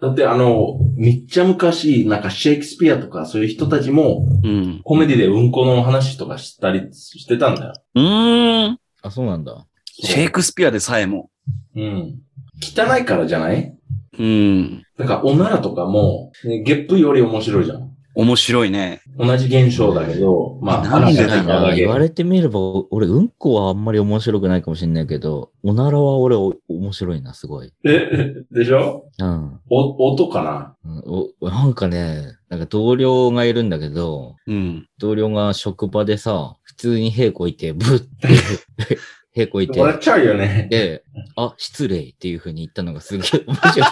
[SPEAKER 1] だってあの、めっちゃ昔、なんかシェイクスピアとかそういう人たちも、
[SPEAKER 2] うん。
[SPEAKER 1] コメディでうんこの話とかしたりしてたんだよ。
[SPEAKER 2] うーん。
[SPEAKER 3] あ、そうなんだ。
[SPEAKER 2] シェイクスピアでさえも。
[SPEAKER 1] うん。汚いからじゃない
[SPEAKER 2] うん。
[SPEAKER 1] なんか、おならとかも、ね、ゲップより面白いじゃん。
[SPEAKER 2] 面白いね。
[SPEAKER 1] 同じ現象だけど、まあ、
[SPEAKER 2] なんで
[SPEAKER 1] 話が違うだけ
[SPEAKER 3] 言われてみれば、俺、うんこはあんまり面白くないかもしれないけど、おならは俺、お面白いな、すごい。
[SPEAKER 1] え、でしょ
[SPEAKER 3] うん。
[SPEAKER 1] お、音かな
[SPEAKER 3] うんおなんかね、なんか同僚がいるんだけど、
[SPEAKER 2] うん。
[SPEAKER 3] 同僚が職場でさ、普通に平行いて、ブッって、 平行いて、
[SPEAKER 1] 笑っちゃうよね。
[SPEAKER 3] で、あ、失礼っていう風に言ったのがすげえ面白くて。
[SPEAKER 1] だ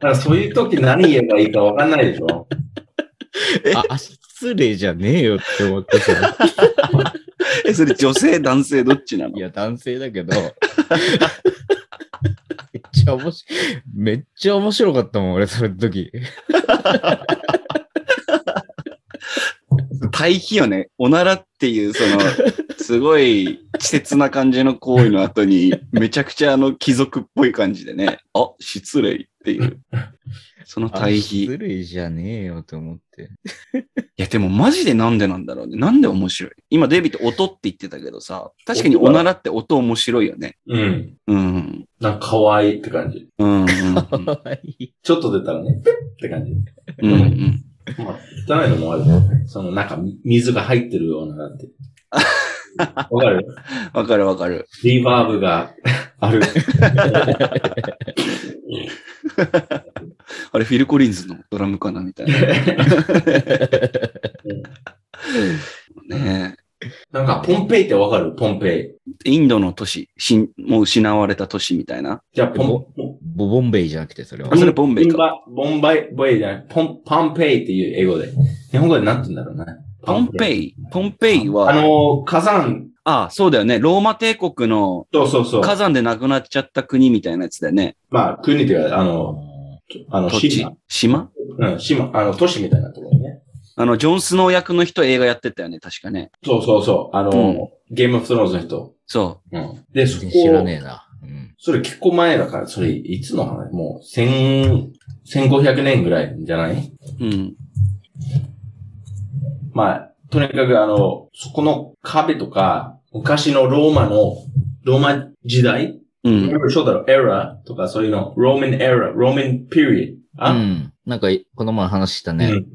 [SPEAKER 1] からそういう時何言えばいいかわかんないでしょ
[SPEAKER 3] あ、あ失礼じゃねえよって思ってさ。
[SPEAKER 2] え、それ女性、男性どっちなの
[SPEAKER 3] いや、男性だけど。めっちゃゃ面白い。めっちゃ面白かったもん、俺、その時。
[SPEAKER 2] 対比よね。おならっていう、 その、すごい稚拙な感じの行為の後に、めちゃくちゃあの貴族っぽい感じでね、あ、失礼っていう。その対比。
[SPEAKER 3] 種類じゃねえよって思って。
[SPEAKER 2] いや、でもマジでなんでなんだろうね。なんで面白い今デイビッド音って言ってたけどさ、確かにおならって音面白いよね。
[SPEAKER 1] うん。
[SPEAKER 2] うん。
[SPEAKER 1] なんか可愛いって感じ。
[SPEAKER 2] うん。うん。 うん
[SPEAKER 3] かわいい。
[SPEAKER 1] ちょっと出たらね、ペッって感じ。
[SPEAKER 2] うんうん。
[SPEAKER 1] まあ、汚いのもあるけどね。その、なんか、水が入ってるような、なんて。わかる
[SPEAKER 2] わかるわかる。
[SPEAKER 1] リバーブがある。
[SPEAKER 2] あれ、フィル・コリンズのドラムかなみたいな。ね
[SPEAKER 1] なんか、ポンペイってわかるポンペイ。
[SPEAKER 2] えインドの都市、しんもう失われた都市みたいな。
[SPEAKER 1] じゃあ、ポン、
[SPEAKER 3] ボボンベイじゃなくて、それは
[SPEAKER 2] あ、。それボンベイ
[SPEAKER 1] ボン
[SPEAKER 2] か。
[SPEAKER 1] バボンバイ、ボイじゃない、ポン、パンペイっていう英語で。日本語でなんて言うんだろうね。
[SPEAKER 2] ポンペ
[SPEAKER 1] イ。
[SPEAKER 2] イ、ポンペイ
[SPEAKER 1] あ
[SPEAKER 2] は、
[SPEAKER 1] の、火山、
[SPEAKER 2] あそうだよね。ローマ帝国の
[SPEAKER 1] そうそうそう。
[SPEAKER 2] 火山でなくなっちゃった国みたいなやつだよね。
[SPEAKER 1] まあ、国というか、あの、あの、
[SPEAKER 2] 土地
[SPEAKER 1] 島、、
[SPEAKER 2] 島
[SPEAKER 1] うん、島、あの、都市みたいなところね。
[SPEAKER 2] あの、ジョン・スノー役の人映画やってたよね。確かね。
[SPEAKER 1] そうそうそう。あの、
[SPEAKER 2] うん
[SPEAKER 1] ゲームオブスローンズの人。
[SPEAKER 2] そ。
[SPEAKER 1] うん。で、そこ
[SPEAKER 3] 全然知らねえな。うん。
[SPEAKER 1] それ結構前だから、それいつの話もう、千、千五百年ぐらいじゃないう
[SPEAKER 2] うん。
[SPEAKER 1] まあ、とにかくあの、そこの壁とか、昔のローマの、ローマ時代
[SPEAKER 2] うん。
[SPEAKER 1] そうだろ、エラーとかそういうの、ローマンエラー、ローマンピリオド。
[SPEAKER 3] う
[SPEAKER 1] あ、
[SPEAKER 3] ん。なんか、この前話した
[SPEAKER 1] う
[SPEAKER 3] ね
[SPEAKER 1] ん。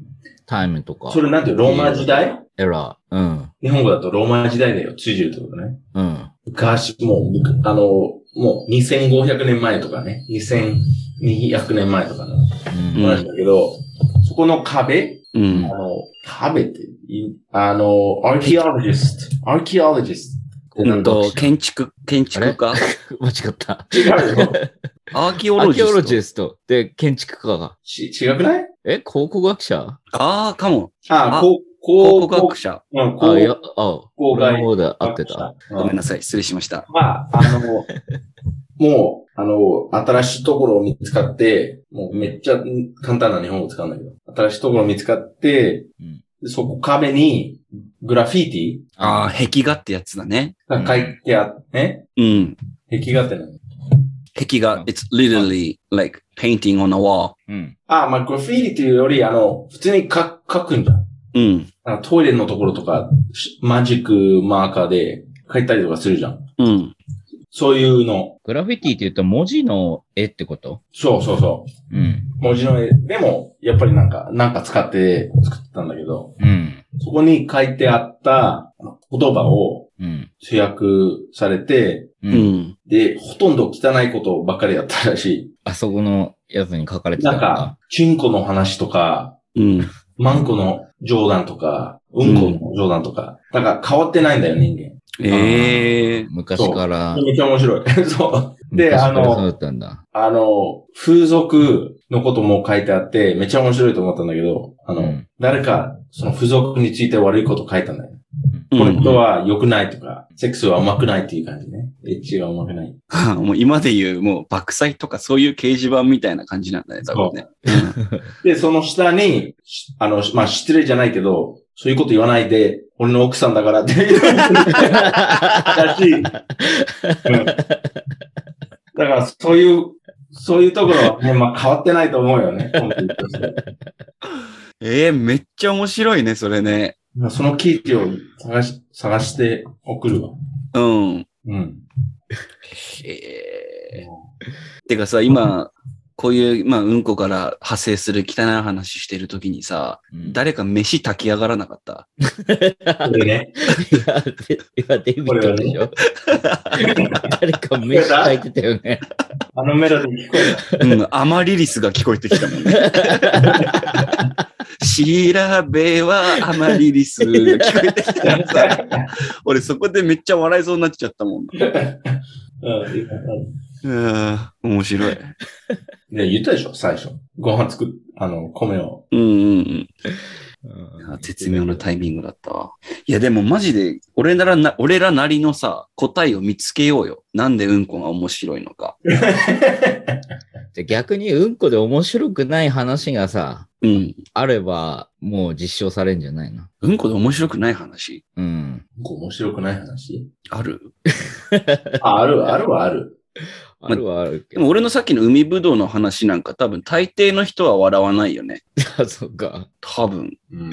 [SPEAKER 3] タイムとか
[SPEAKER 1] そ。れなんていうローマ時代
[SPEAKER 3] エラー。うん。
[SPEAKER 1] 日本語だとローマ時代だよ、通じるってことね。
[SPEAKER 3] うん。
[SPEAKER 1] 昔、もうむく、あの、もう2500年前とかね、2200年前とかの
[SPEAKER 3] うん
[SPEAKER 1] 話だけど、そこの壁
[SPEAKER 2] うん
[SPEAKER 1] あ。の、壁ってい、あの、アーキオロジスト。アーキオロジス
[SPEAKER 2] うんと、建築、建築家
[SPEAKER 3] 間違った。
[SPEAKER 1] ト。違うよ。
[SPEAKER 2] アーキオ
[SPEAKER 3] ア
[SPEAKER 2] ロ
[SPEAKER 3] ー
[SPEAKER 2] ジス
[SPEAKER 3] キ
[SPEAKER 2] ト。
[SPEAKER 3] オロジスト。で、建築家が。
[SPEAKER 1] ち、違くない
[SPEAKER 3] え、考古学者
[SPEAKER 2] ああ、かも。
[SPEAKER 1] あ、
[SPEAKER 2] あ
[SPEAKER 1] こう、こ
[SPEAKER 2] 考
[SPEAKER 1] う、
[SPEAKER 2] 古学者。
[SPEAKER 1] うん、こ
[SPEAKER 3] あ、
[SPEAKER 1] う、
[SPEAKER 3] いや、あ、
[SPEAKER 1] こうが
[SPEAKER 3] 俺の方で合ってた。。
[SPEAKER 1] う
[SPEAKER 2] ごめん
[SPEAKER 1] ん
[SPEAKER 2] なさい。失礼しました。
[SPEAKER 1] まあ、あの、もう、あの、新しいところを見つかって、もうめっちゃ簡単な日本語使うんだけど、新しいところを見つかって、
[SPEAKER 3] うん
[SPEAKER 1] でそこ壁にグラフィティ
[SPEAKER 2] ああ、壁画ってやつだね。
[SPEAKER 1] が書いてあって、
[SPEAKER 2] うん。
[SPEAKER 1] ね壁画って何
[SPEAKER 2] 壁画、it's literally like painting on a wall.
[SPEAKER 3] うん。
[SPEAKER 1] あ、まあ、グラフィティというより、あの、普通に書く書くんじゃん。
[SPEAKER 2] うん。
[SPEAKER 1] あのトイレのところとか、しマジックマーカーで書いたりとかするじゃん。
[SPEAKER 2] うん。
[SPEAKER 1] そういうの。
[SPEAKER 3] グラフィティって言うと文字の絵ってこと
[SPEAKER 1] そうそうそう。
[SPEAKER 3] うん。
[SPEAKER 1] 文字の絵。でも、やっぱりなんか、なんか使って作ったんだけど、
[SPEAKER 3] うん。そ
[SPEAKER 1] そこに書いてあった言葉を
[SPEAKER 3] うん。
[SPEAKER 1] 主役されて、
[SPEAKER 2] う
[SPEAKER 3] う。
[SPEAKER 2] んん。
[SPEAKER 1] で、ほとんど汚いことばっかりやったらし
[SPEAKER 3] あそこのやつに書か れ
[SPEAKER 1] い。
[SPEAKER 3] てた
[SPEAKER 1] なん
[SPEAKER 3] の
[SPEAKER 1] か
[SPEAKER 3] か。、
[SPEAKER 1] チンコの話とか、
[SPEAKER 2] うん。
[SPEAKER 1] マンコの冗談とか、うんこの冗談とか。だから変わってないんだよ、人間。
[SPEAKER 2] ええ。
[SPEAKER 3] 昔から。
[SPEAKER 1] めっちゃ面白い。 そう。で、
[SPEAKER 3] 昔か
[SPEAKER 1] あ
[SPEAKER 3] ら
[SPEAKER 1] の
[SPEAKER 3] そう、だったんだ。
[SPEAKER 1] あの、風俗のことも書いてあって、めっちゃ面白いと思ったんだけど、あの、
[SPEAKER 3] うん
[SPEAKER 1] 誰か、その風俗について悪いこと書いたんだよ。
[SPEAKER 2] う
[SPEAKER 1] この
[SPEAKER 2] ん
[SPEAKER 1] 人は良くないとか、セックスは上手くないっていう感じね。エッチが上手くない。
[SPEAKER 2] もう今で言う、もう爆災とかそういう掲示板みたいな感じなんだね、多分ね。
[SPEAKER 1] で、その下に、しあの、まあ、失礼じゃないけど、そういうこと言わないで、俺の奥さんだからっていうらしい。うんだから、そういう、そういうところは、ね、まあ、変わってないと思うよね。本当に
[SPEAKER 2] ええ、めっちゃ面白いね、それね。
[SPEAKER 1] まあその記事を探し、探して送るわ。
[SPEAKER 2] うん。
[SPEAKER 1] うん。
[SPEAKER 2] ええ。てかさ、今、こういう、まあ、うんこから派生する汚い話してるときにさ、
[SPEAKER 3] うん
[SPEAKER 2] 誰か飯炊き上がらなかった。
[SPEAKER 1] これね。
[SPEAKER 3] いや、でいやデビットでしょ。 誰か飯書いてたよね。
[SPEAKER 1] あのメロディー聞こえた。
[SPEAKER 2] うん、アマリリスが聞こえてきた もんね。調べはアマリリスが聞こえてきたからさ、 俺そこでめっちゃ笑いそうになっちゃったもん。
[SPEAKER 1] うんいいねう
[SPEAKER 2] うん、面白い。
[SPEAKER 1] ん。で、言ったでしょ、最初。ご飯作っ、あの、米を。
[SPEAKER 2] うんうんうん。いや絶妙なタイミングだったわ。いや、でもマジで、俺らな、俺らなりのさ、答えを見つけようよ。なんでうんこが面白いのか。
[SPEAKER 3] で逆にうんこで面白くない話がさ、
[SPEAKER 2] うん。
[SPEAKER 3] あれば、もう実証されんじゃないの
[SPEAKER 2] うんこで面白くない話
[SPEAKER 3] うん。
[SPEAKER 1] こう面白くない話
[SPEAKER 2] ある
[SPEAKER 1] あ、あるわ、あるはある。
[SPEAKER 3] あるはある
[SPEAKER 2] で
[SPEAKER 3] けど。
[SPEAKER 2] も俺のさっきの海ぶどうの話なんか多分大抵の人は笑わないよね。
[SPEAKER 3] あ、 そうか。
[SPEAKER 2] 多分。
[SPEAKER 1] うん。
[SPEAKER 3] うん。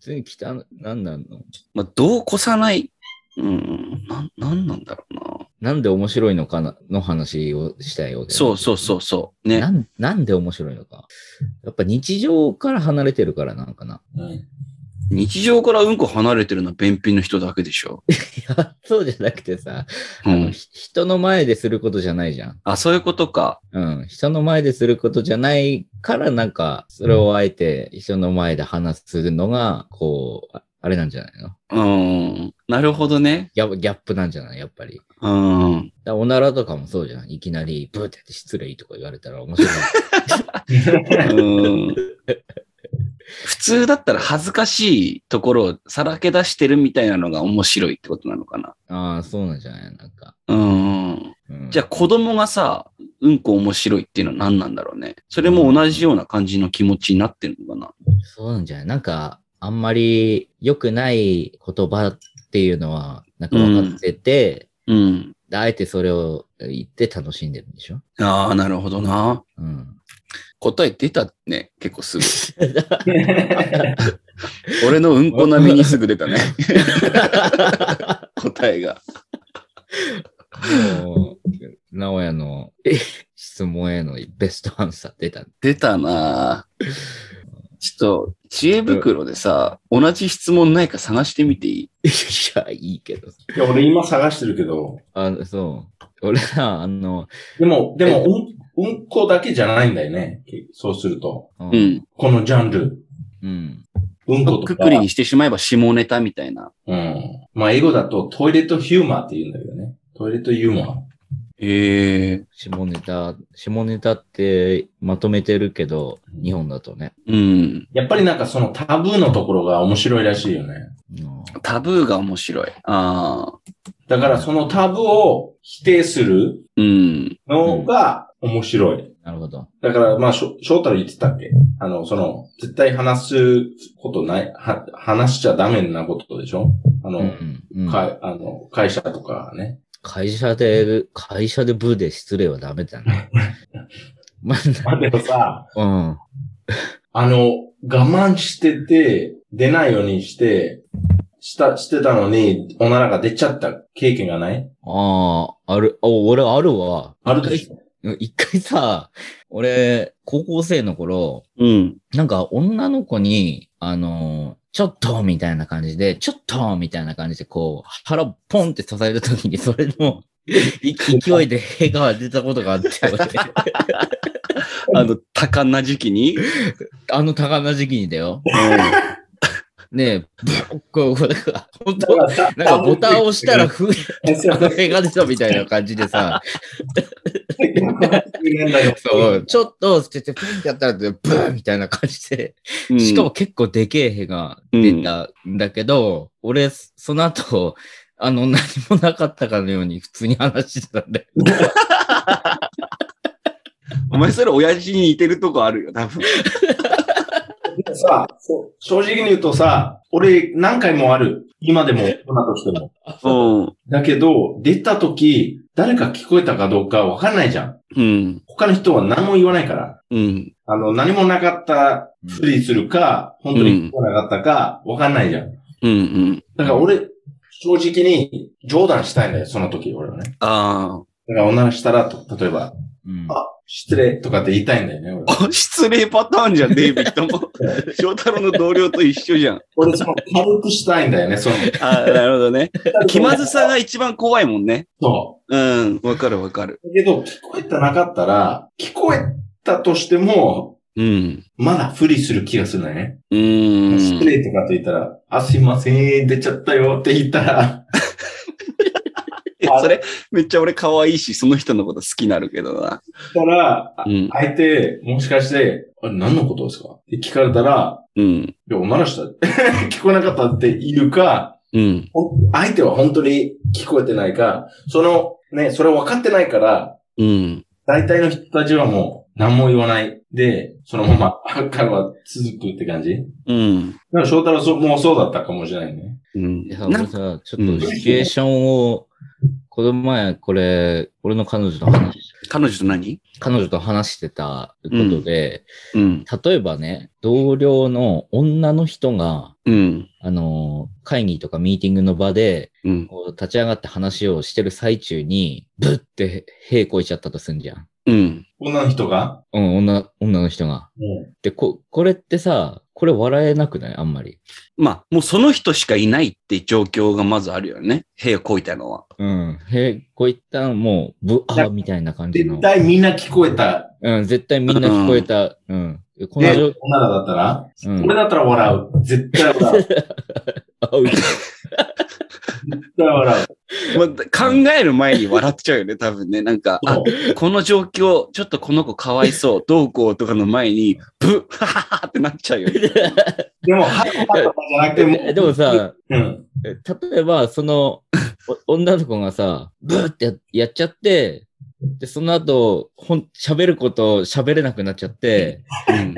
[SPEAKER 3] 全然汚い、なんなんの
[SPEAKER 2] まあ、どう越さない。うん。なん、なんなんだろうな。
[SPEAKER 3] なんで面白いのかなの話をしたいわけ。
[SPEAKER 2] そうそうそうそう。ね。
[SPEAKER 3] なん。なんで面白いのか。やっぱ日常から離れてるからなんかな。
[SPEAKER 1] うん。
[SPEAKER 2] 日常からうんこ離れてるのは便秘の人だけでしょ。
[SPEAKER 3] いや、そうじゃなくてさ、
[SPEAKER 2] う
[SPEAKER 3] あの
[SPEAKER 2] ん。
[SPEAKER 3] ひ人の前ですることじゃないじゃん。
[SPEAKER 2] あ、そういうことか。
[SPEAKER 3] うん。人の前ですることじゃないから、なんか、それをあえて人の前で話すのが、こう、ああれなんじゃない
[SPEAKER 2] う
[SPEAKER 3] の
[SPEAKER 2] ん。なるほどね。
[SPEAKER 3] ギャギャップなんじゃないやっぱり。だか
[SPEAKER 2] うん。
[SPEAKER 3] らおならとかもそうじゃん。いきなり、ブーってやって失礼とか言われたら面 白い。
[SPEAKER 2] うん普通だったら恥ずかしいところをさらけ出してるみたいなのが面白いってことなのかな。
[SPEAKER 3] ああ、そうなんじゃないなんか。
[SPEAKER 2] うんうん。
[SPEAKER 3] うん、
[SPEAKER 2] じゃあ子供がさ、うんこ面白いっていうのは何なんだろうね。それも同じような感じの気持ちになってるのかな。
[SPEAKER 3] そうなんじゃないなんか、あんまり良くない言葉っていうのは、なんか分かってて、
[SPEAKER 2] うん。
[SPEAKER 3] であえてそれを言って楽しんでるんでしょ
[SPEAKER 2] ああ、なるほどな。
[SPEAKER 3] うん。
[SPEAKER 2] 答え出たね。結構すぐ。 俺のうんこ並みにすぐ出たね。 答えが。
[SPEAKER 3] もう、直哉の質問へのベストアンサー出た。
[SPEAKER 2] 出たなぁちょっと、知恵袋でさ、同じ質問ないか探してみていい
[SPEAKER 3] いや、いいけど。
[SPEAKER 1] いや、俺今探してるけど、
[SPEAKER 3] あそう。俺は、あの、
[SPEAKER 1] でも、でも、うん、うんこだけじゃないんだよね。そうすると。
[SPEAKER 3] う
[SPEAKER 2] う。ん。
[SPEAKER 1] このジャンル。
[SPEAKER 3] うん。
[SPEAKER 1] うんことか。
[SPEAKER 2] くくりにしてしまえば下ネタみたいな。
[SPEAKER 1] うん。まあ、英語だとトイレットヒューマーって言うんだけどね。トイレットユーモ
[SPEAKER 2] ええ
[SPEAKER 3] 下ネタ、下ネタってまとめてるけど、日本だとね。
[SPEAKER 2] うん。
[SPEAKER 1] ア。やっぱりなんかそのタブーのところが面白いらしいよね。
[SPEAKER 3] うん
[SPEAKER 2] タブーが面白い。ああ。
[SPEAKER 1] だからそのタブーを否定する
[SPEAKER 2] うん。
[SPEAKER 1] のが面白い。
[SPEAKER 3] なるほど。
[SPEAKER 1] だから、まあ、しょ翔太郎言ってたっけあの、その、絶対話すことない、は、話しちゃダメなことでしょあの、
[SPEAKER 3] うんうん
[SPEAKER 1] かい、あの、会社とかね。
[SPEAKER 3] 会社で、会社でブーで失礼はダメだね。 ま
[SPEAKER 1] まあでもさ、
[SPEAKER 3] あ、うん。
[SPEAKER 1] あの、我慢してて、出ないようにして、した、してたのに、おならが出ちゃった経験がない
[SPEAKER 3] ああ、ある、あ俺あるわ。
[SPEAKER 1] あるでしょ
[SPEAKER 3] 一回さ、俺、高校生の頃、
[SPEAKER 2] うん。
[SPEAKER 3] なんか女の子に、あのーちょっとみたいな感じで、ちょっとみたいな感じで、こう、腹ポンって支えた時に、それのい勢いで屁が出たことがあって、俺
[SPEAKER 2] あの、多感な時期に。うん。
[SPEAKER 3] あの高な時期にだよ。ねえ、ブッこう、こうなんか、本当
[SPEAKER 1] だから
[SPEAKER 3] なんかボタンを押したら、
[SPEAKER 1] あ
[SPEAKER 3] ふ、
[SPEAKER 1] の
[SPEAKER 3] 屁が出たみたいな感じでさ、そ、
[SPEAKER 1] そう
[SPEAKER 3] ちょっと、って言って、ピンってやったら、ブーみたいな感じで、しかも結構でけえ屁が出たんだけど、俺、その後、 あの、何もなかったかのように普通に話してたんだよ。
[SPEAKER 2] お前それ親父に似てるとこあるよ、多分。
[SPEAKER 1] う。さ、そう正直に言うとさ、俺何回もある。今でも、今としても。
[SPEAKER 2] うん。
[SPEAKER 1] だけど、出た時、誰か聞こえたかどうかわかんないじゃん。
[SPEAKER 2] うん。
[SPEAKER 1] 他の人は何も言わないから。
[SPEAKER 2] うん。
[SPEAKER 1] あの、何もなかったふりするか、本当に聞こえなかったか、わかんないじゃん。
[SPEAKER 2] うん。うん。
[SPEAKER 1] だから俺、正直に冗談したいんだよ、その時、俺はね。
[SPEAKER 2] あ
[SPEAKER 1] だから女のしたら、と例えば、
[SPEAKER 3] うん
[SPEAKER 1] あ失礼とかって言いたいんだよね、俺は。
[SPEAKER 2] あ。失礼パター ンじゃん、デイビッド も。翔太郎の同僚と一緒じゃん。
[SPEAKER 1] 俺、その、軽くしたいんだよね、その。
[SPEAKER 2] あなるほどね。気まずさが一番怖いもんね。
[SPEAKER 1] そ
[SPEAKER 2] うん、わかるわかる。
[SPEAKER 1] う。だけど、聞こえてなかったら、聞こえたとしても、
[SPEAKER 2] うん。
[SPEAKER 1] まだふりする気がするんだよね。
[SPEAKER 2] うー
[SPEAKER 1] 失
[SPEAKER 2] ん。
[SPEAKER 1] 礼と かって言ったら、あ、すいません、出ちゃったよって言ったら、
[SPEAKER 2] それ、めっちゃ俺可愛いし、その人のこと好きになるけどな。
[SPEAKER 1] たら、あ
[SPEAKER 2] うん。
[SPEAKER 1] 相手、もしかして、あれ何のことですかって聞かれたら、
[SPEAKER 2] うん。
[SPEAKER 1] いや、女の人だって、 聞こえなかったって言うか、
[SPEAKER 2] うん。
[SPEAKER 1] ほん相手は本当に聞こえてないか、その、ね、それ分かってないから、
[SPEAKER 2] うん。
[SPEAKER 1] 大体の人たちはもう何も言わない。で、そのまま、あ会は続くって感じ
[SPEAKER 2] うん。
[SPEAKER 1] なんか翔太郎そもうそうだったかもしれないね。
[SPEAKER 2] うん
[SPEAKER 3] いや、
[SPEAKER 2] な
[SPEAKER 3] 俺
[SPEAKER 2] んか
[SPEAKER 3] さ、ちょ
[SPEAKER 2] う
[SPEAKER 3] っ
[SPEAKER 2] ん
[SPEAKER 3] とシチュエーションを、この前、これ、俺の彼女と話し、
[SPEAKER 2] 彼女と何
[SPEAKER 3] 彼女と話してたことで、
[SPEAKER 2] うん。
[SPEAKER 3] 例えばね、同僚の女の人が、
[SPEAKER 2] うん。
[SPEAKER 3] あの、会議とかミーティングの場で、
[SPEAKER 2] うん。
[SPEAKER 3] こう立ち上がって話をしてる最中に、ブッて屁こいちゃったとすんじゃん。
[SPEAKER 2] うん。
[SPEAKER 1] 女の人が
[SPEAKER 3] うん、女、女の人が。
[SPEAKER 1] うん。
[SPEAKER 3] で、こ、これってさ、これ笑えなくないあんまり。
[SPEAKER 2] まあ、もうその人しかいないって状況がまずあるよね。兵をこいたのは。
[SPEAKER 3] うん。へ、こういったもう、ブ、あーみたいな感じの
[SPEAKER 1] 絶。対みんな聞こえた
[SPEAKER 3] うん、絶対みんな聞こえた。うん。この状
[SPEAKER 1] 女だったら、
[SPEAKER 3] うん
[SPEAKER 1] 俺だったら笑う。絶対笑 う。絶
[SPEAKER 3] あう
[SPEAKER 1] 対笑う。
[SPEAKER 2] まあ、考える前に笑っちゃうよね、多分ね。なんか、あ、この状況、ちょっとこの子かわいそう、どうこうとかの前に、ブッ、はははってなっちゃうよね。
[SPEAKER 1] でも、はい、はいはいじゃなくても
[SPEAKER 3] えでもさ、
[SPEAKER 1] うん。
[SPEAKER 3] え例えば、その、お女の子がさ、ブーってややっちゃって、で、その後、ほん、喋ること喋れなくなっちゃって、
[SPEAKER 2] うん。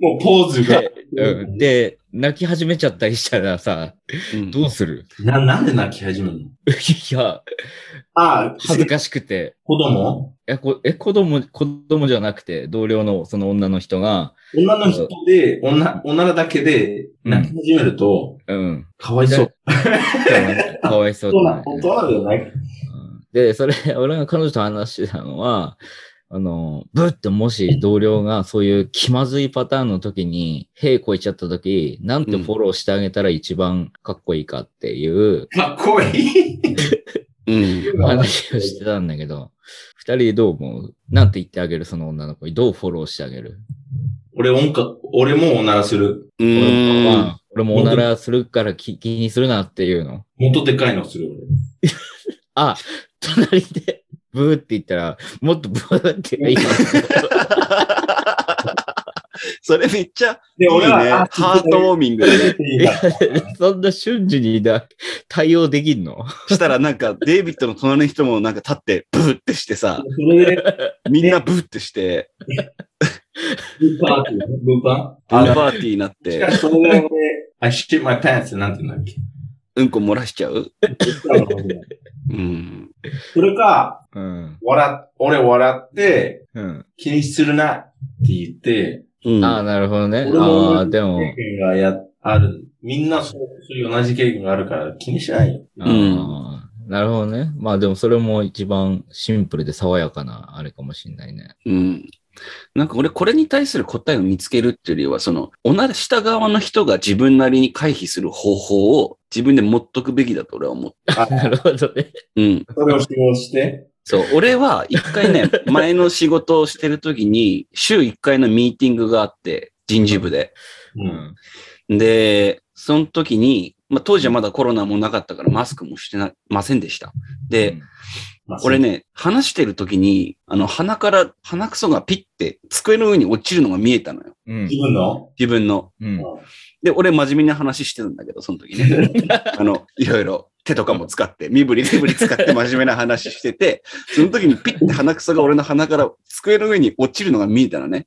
[SPEAKER 1] もうポーズが。
[SPEAKER 3] うん、で、泣き始めちゃったりしたらさ、
[SPEAKER 2] うん
[SPEAKER 3] どうする
[SPEAKER 1] な、なんで泣き始めるの
[SPEAKER 3] いや、
[SPEAKER 1] ああ、
[SPEAKER 3] 恥ずかしくて。
[SPEAKER 1] 子供
[SPEAKER 3] え、こえ、子供、子供じゃなくて、同僚のその女の人が、
[SPEAKER 1] 女の人で、女、女だけで泣き始めると、
[SPEAKER 3] うん。
[SPEAKER 1] かわいそう。
[SPEAKER 3] かわいそう
[SPEAKER 1] そうな
[SPEAKER 3] だね、
[SPEAKER 1] 大人だよね。
[SPEAKER 3] うんで、それ、 俺が彼女と話してたのは、あの、ブッてもし同僚がそういう気まずいパターンの時に、へいこいちゃった時、なんてフォローしてあげたら一番かっこいいかっていう
[SPEAKER 1] かっこいい。
[SPEAKER 2] うん。
[SPEAKER 3] 話をしてたんだけど、二人どう思うなんて言ってあげるその女の子にどうフォローしてあげる
[SPEAKER 1] 俺音か、俺もおならする。
[SPEAKER 2] う
[SPEAKER 3] 俺も
[SPEAKER 2] ーん。
[SPEAKER 3] あ俺もおならするから気気にするなっていうの。
[SPEAKER 1] 元でかいのする俺。
[SPEAKER 3] あ、隣でブーって言ったら、もっとブーって言う
[SPEAKER 2] それめっちゃ、い
[SPEAKER 1] で、
[SPEAKER 2] いね。
[SPEAKER 1] 俺は、あ
[SPEAKER 2] ハートウォーミングだね。
[SPEAKER 1] いいな
[SPEAKER 3] そんな瞬時にだ対応できんの
[SPEAKER 2] したらなんか、デイビッドの隣の人もなんか立って、ブーってしてさ、
[SPEAKER 1] それで、
[SPEAKER 2] みんなブーってして、
[SPEAKER 1] ブーパーっていうのブーパ
[SPEAKER 2] ブ
[SPEAKER 1] ー
[SPEAKER 2] ーパーティーになっ
[SPEAKER 1] しか
[SPEAKER 2] て、
[SPEAKER 1] もそれで俺、I shit my pants ってなんて言うんだっけ
[SPEAKER 2] うんこ漏らしちゃううん。
[SPEAKER 1] それか、
[SPEAKER 3] うん。
[SPEAKER 1] 笑っ、俺笑って、
[SPEAKER 3] うん。
[SPEAKER 1] 気にするなって言って、
[SPEAKER 2] うん。
[SPEAKER 3] ああ、なるほどね。
[SPEAKER 1] 俺も
[SPEAKER 3] ああ、でも
[SPEAKER 1] 経、験がや、ある。みんなそう、そういう同じ経験があるから気にしないよ。
[SPEAKER 3] ああなるほどね。まあでもそれも一番シンプルで爽やかなあれかもしんないね。
[SPEAKER 2] うん。なんか俺これに対する答えを見つけるっていうよりは、その、おならした側の人が自分なりに回避する方法を自分で持っとくべきだと俺は思う。
[SPEAKER 3] なるほどね。
[SPEAKER 2] うん。
[SPEAKER 1] それを使用して、
[SPEAKER 2] そう。俺は一回ね、前の仕事をしてる時に、週一回のミーティングがあって、人事部で。
[SPEAKER 1] う。
[SPEAKER 3] うんん。
[SPEAKER 2] で、その時に、まあ当時はまだコロナもなかったからマスクもしてなませんでした。で、
[SPEAKER 1] まあ
[SPEAKER 2] 俺、ね、話してる時に、あの、鼻から、鼻くそがピッて机の上に落ちるのが見えたのよ。
[SPEAKER 3] う。
[SPEAKER 1] そうん自分の
[SPEAKER 2] 自分の。
[SPEAKER 3] うん。
[SPEAKER 2] で、俺真面目な話してるんだけど、その時ね。あの、いろいろ手とかも使って、身振り手振り使って真面目な話してて、その時にピッて鼻くそが俺の鼻から机の上に落ちるのが見えたのね。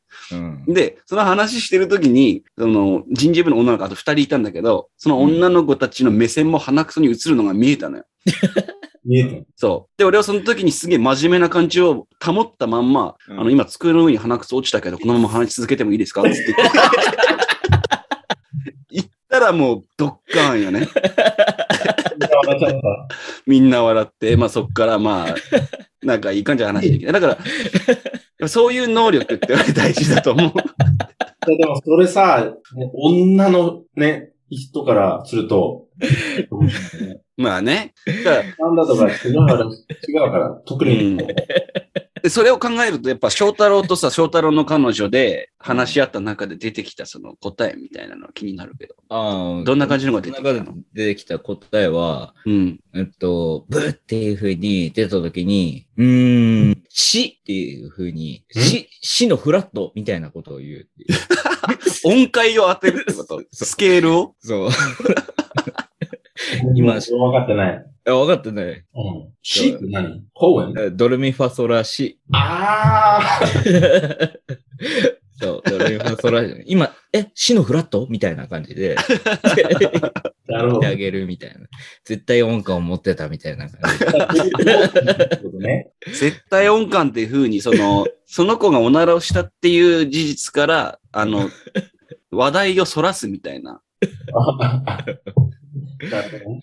[SPEAKER 3] うん。
[SPEAKER 2] で、その話してる時に、その人事部の女の子あと二人いたんだけど、その女の子たちの目線も鼻くそに映るのが見えたのよ。
[SPEAKER 1] 見えて
[SPEAKER 2] そう。で、俺はその時にすげえ真面目な感じを保ったまんま、
[SPEAKER 3] うん
[SPEAKER 2] あの、今机の上に鼻くそ落ちたけど、このまま話し続けてもいいですかって言って。 言ったらもう、ドッカーンよね。
[SPEAKER 1] 笑っちゃった。
[SPEAKER 2] みんな笑って、まあそっからまあ、なんかいい感じの話できない。だから、そういう能力って俺大事だと思う。
[SPEAKER 1] ででもそれさ、ね女のね、人からすると、
[SPEAKER 2] まあね。だから
[SPEAKER 1] なんだとか違うから、違うから、特
[SPEAKER 2] う
[SPEAKER 1] に
[SPEAKER 2] んで、それを考えると、やっぱ翔太郎とさ、翔太郎の彼女で話し合った中で出てきたその答えみたいなのは気になるけど。
[SPEAKER 3] ああ
[SPEAKER 2] どんな感じのが出てきた
[SPEAKER 3] 中
[SPEAKER 2] の
[SPEAKER 3] で出てきた答えは、
[SPEAKER 2] うん。
[SPEAKER 3] えっと、ブっていう風に出た時に、うーん、死っていう風に、
[SPEAKER 1] ん
[SPEAKER 3] 死、死のフラットみたいなことを言うっていう。
[SPEAKER 2] 音階を当てるって ことスケールを
[SPEAKER 3] そう。
[SPEAKER 1] 今、分かってない。
[SPEAKER 3] え、分かったね。
[SPEAKER 1] うん。死って何公園
[SPEAKER 3] えドルミファソラシ。
[SPEAKER 1] ああ
[SPEAKER 3] そう、ドルミファソラシ。今、え、死のフラットみたいな感じ で、
[SPEAKER 1] なるほど
[SPEAKER 3] 言ってあ。げるみたいな。絶対音感を持ってたみたいな感じ。
[SPEAKER 1] ね、
[SPEAKER 2] 絶対音感っていうふうに、そ の、その子がおならをしたっていう事実から、あ の、話題をそらすみたいな。
[SPEAKER 3] そう
[SPEAKER 2] なるほ
[SPEAKER 1] も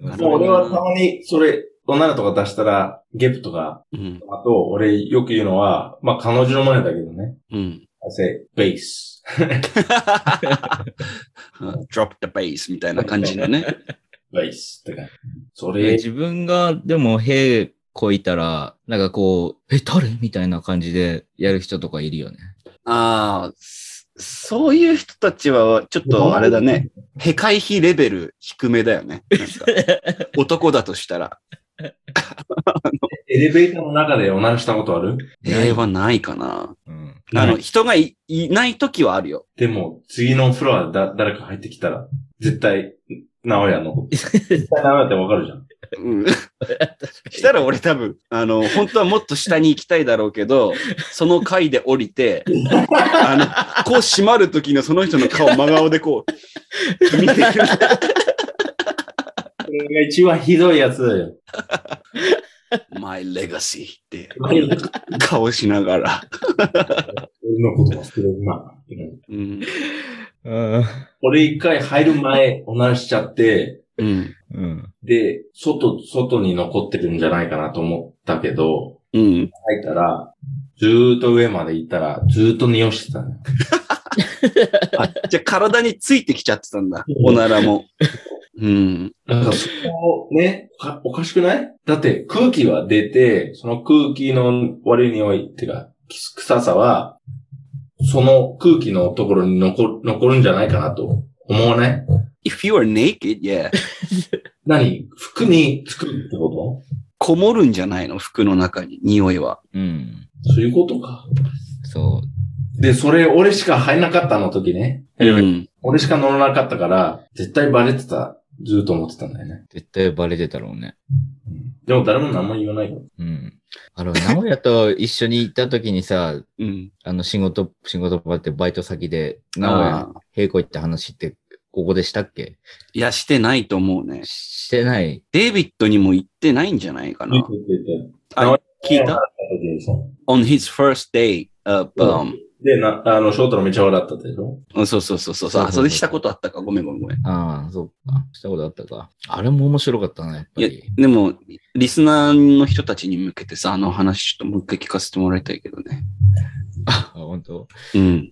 [SPEAKER 1] う
[SPEAKER 2] ど
[SPEAKER 1] 俺はたまに、それ、女の子とか出したら、ゲプとか、
[SPEAKER 2] うん。
[SPEAKER 1] あと、俺よく言うのは、まあ、彼女の前だけどね。
[SPEAKER 2] うん。
[SPEAKER 1] I say, bass.
[SPEAKER 2] drop the bass みたいな感じのね。
[SPEAKER 1] bass. ってか。そ
[SPEAKER 3] で
[SPEAKER 1] れ、
[SPEAKER 3] 自分がでも兵こいたら、なんかこう、え、誰みたいな感じでやる人とかいるよね。
[SPEAKER 2] ああ、そそういう人たちは、ちょっとあれだね。へかい比レベル低めだよね。なんか 男だとしたら。
[SPEAKER 1] エレベーターの中で女のしたことある
[SPEAKER 2] ええはないかな。
[SPEAKER 3] うん。
[SPEAKER 2] あ
[SPEAKER 1] な
[SPEAKER 2] の、
[SPEAKER 1] い
[SPEAKER 2] 人がいいない時はあるよ。
[SPEAKER 1] でも、次のフロアだ、誰か入ってきたら、絶対、直屋の。 絶対直屋ってわかるじゃん。
[SPEAKER 2] うん。したら俺多分、あの、本当はもっと下に行きたいだろうけど、その階で降 りて、あの、こう閉まる時のその人の顔、真顔でこう、見 てる。
[SPEAKER 1] これが一番ひどいやつだよ。
[SPEAKER 2] My legacy って
[SPEAKER 1] 俺のこ
[SPEAKER 2] 顔しながら。
[SPEAKER 1] と忘れるな。うん
[SPEAKER 2] うん。
[SPEAKER 3] うん。
[SPEAKER 1] 俺一回入る前、女しちゃって、
[SPEAKER 2] うん。
[SPEAKER 3] うん。
[SPEAKER 1] で、外、外に残ってるんじゃないかなと思ったけど、
[SPEAKER 2] うん。
[SPEAKER 1] 入ったら、ずーっと上まで行ったら、ずーっと匂してたね。
[SPEAKER 2] あじゃあ体についてきちゃってたんだ。
[SPEAKER 1] うん
[SPEAKER 2] おならも。うん。
[SPEAKER 1] なんかそこ、ね、おかおかしくないだって空気は出て、その空気の悪い匂いっていうか、き臭さは、その空気のところに残残るんじゃないかなと思わない
[SPEAKER 2] If you are naked, yeah.
[SPEAKER 1] 何服につくってこ
[SPEAKER 2] こもるんじゃないの服の中に、匂いは。
[SPEAKER 3] うん。
[SPEAKER 1] とそういうことか。
[SPEAKER 3] そ
[SPEAKER 1] で、それ、俺しか入んなかったの時ね。
[SPEAKER 2] うん。
[SPEAKER 1] 俺しか乗らなかったから、絶対バレてた、ずーっと思ってたんだよね
[SPEAKER 3] う。。絶対バレてたろうね。
[SPEAKER 1] でも誰も何も言わないから。
[SPEAKER 3] うん。あの、名古屋と一緒に行った時にさ、
[SPEAKER 2] うん。
[SPEAKER 3] あの、仕事、仕事場ってバイト先で、名古
[SPEAKER 2] あ
[SPEAKER 3] 屋、
[SPEAKER 2] あ。
[SPEAKER 3] 平行行った話って、ここでしたっけ
[SPEAKER 2] いや、してないと思うね。
[SPEAKER 3] してない。
[SPEAKER 2] デイビッドにも言ってないんじゃないかな。あ聞いた
[SPEAKER 1] た
[SPEAKER 2] ?on his first day of, um,
[SPEAKER 1] で、な、あの、ショートのめっちゃ笑ったでしょ
[SPEAKER 2] うんそうそうそうそう。
[SPEAKER 3] そうそうそう
[SPEAKER 2] あ、それしたことあったか。ごめんごめんごめん。
[SPEAKER 3] ああ、そうか。したことあったか。あれも面白かったな、やっぱ
[SPEAKER 2] いや
[SPEAKER 3] り。、
[SPEAKER 2] でも、リスナーの人たちに向けてさ、あの話ちょっともう一回聞かせてもらいたいけどね。
[SPEAKER 3] あ、本当。
[SPEAKER 2] うん。
[SPEAKER 3] うん。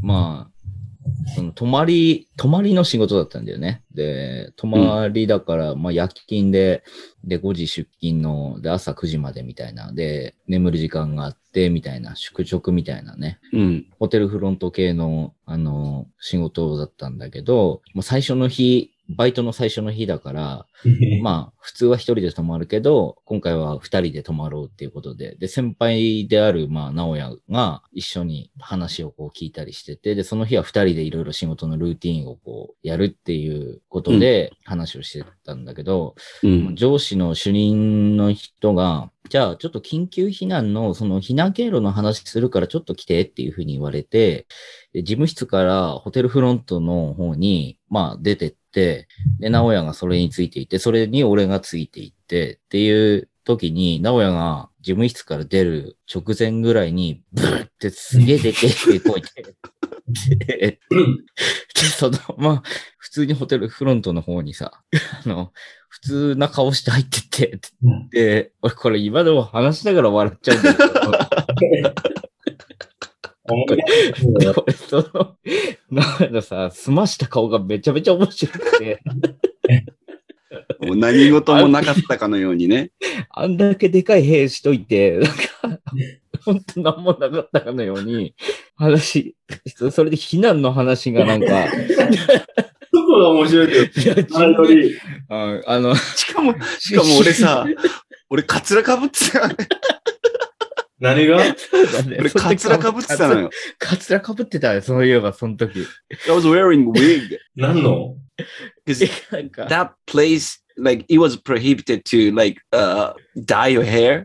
[SPEAKER 3] まあ、その、泊まり、泊まりの仕事だったんだよね。で、泊まりだから、まあ、夜勤で、で、5時出勤の、で、朝9時までみたいな、で、眠る時間があって、みたいな、宿直みたいなね、
[SPEAKER 2] うん。
[SPEAKER 3] ホテルフロント系の、あの、仕事だったんだけど、まあ、最初の日、バイトの最初の日だから、
[SPEAKER 1] まあ、
[SPEAKER 3] まあ、普通は一人で泊まるけど、今回は二人で泊まろうっていうことで、で、先輩である、まあ、直哉が一緒に話をこう聞いたりしてて、で、その日は二人でいろいろ仕事のルーティンをこう、やるっていうことで話をしてたんだけど、
[SPEAKER 2] う
[SPEAKER 3] まあ
[SPEAKER 2] ん。
[SPEAKER 3] 上司の主任の人が、じゃあちょっと緊急避難のその避難経路の話するからちょっと来てっていうふうに言われて、で事務室からホテルフロントの方に、まあ出てって、で、直哉がそれについていって、それに俺がついていってっていう時に、直哉が事務室から出る直前ぐらいに、ブーってすげえでけえ声 で、で、でそのまま、普通にホテルフロントの方にさ、あの、普通な顔して入ってって、
[SPEAKER 1] うん
[SPEAKER 3] で、俺これ今でも話しながら笑っちゃうんだけど、
[SPEAKER 1] 思い出
[SPEAKER 3] で 俺その、なんかさ、澄ました顔がめちゃめちゃ面白くて、
[SPEAKER 2] もう何事もなかったかのようにね。
[SPEAKER 3] あんだけでかい兵しといて、なんか、本当なんもなかったかのように、話、それで避難の話がなんか、い
[SPEAKER 1] そこが面白いけ
[SPEAKER 3] や
[SPEAKER 1] ど、あのり、
[SPEAKER 3] ああ の、
[SPEAKER 2] しかも、 しかも俺 さ、俺カツラかぶってたのよ。
[SPEAKER 1] 何が
[SPEAKER 2] 俺カツラかぶってたのよ。
[SPEAKER 3] カツラかぶってたね、そういえば、その時。
[SPEAKER 2] I was wearing wig.
[SPEAKER 1] 何の
[SPEAKER 2] Because
[SPEAKER 3] なんか、
[SPEAKER 2] that place, like, it was prohibited to, like, uh, dye your hair.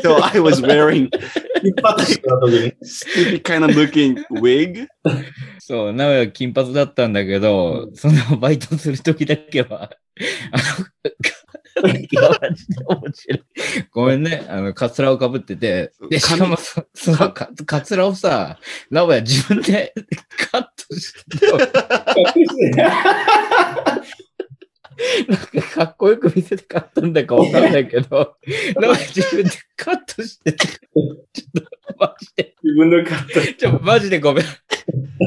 [SPEAKER 2] so I was wearing
[SPEAKER 1] 一発した時に。
[SPEAKER 2] stupid kind of looking wig.
[SPEAKER 3] そう、名古屋金髪だったんだけど、そのバイトする時だけは、あの、マジで面白い。ごめんね、あの、カツラをかぶってて、で、しかもそ、そのカカツラをさ、名古屋自分で カットして、
[SPEAKER 1] 隠して
[SPEAKER 3] なんかかっこよく見せて買ったんだかわかんないけど、名古屋自分でカットしてて、ちょっとマジで、
[SPEAKER 1] 自分の買った。
[SPEAKER 3] ちょ、マジでごめん。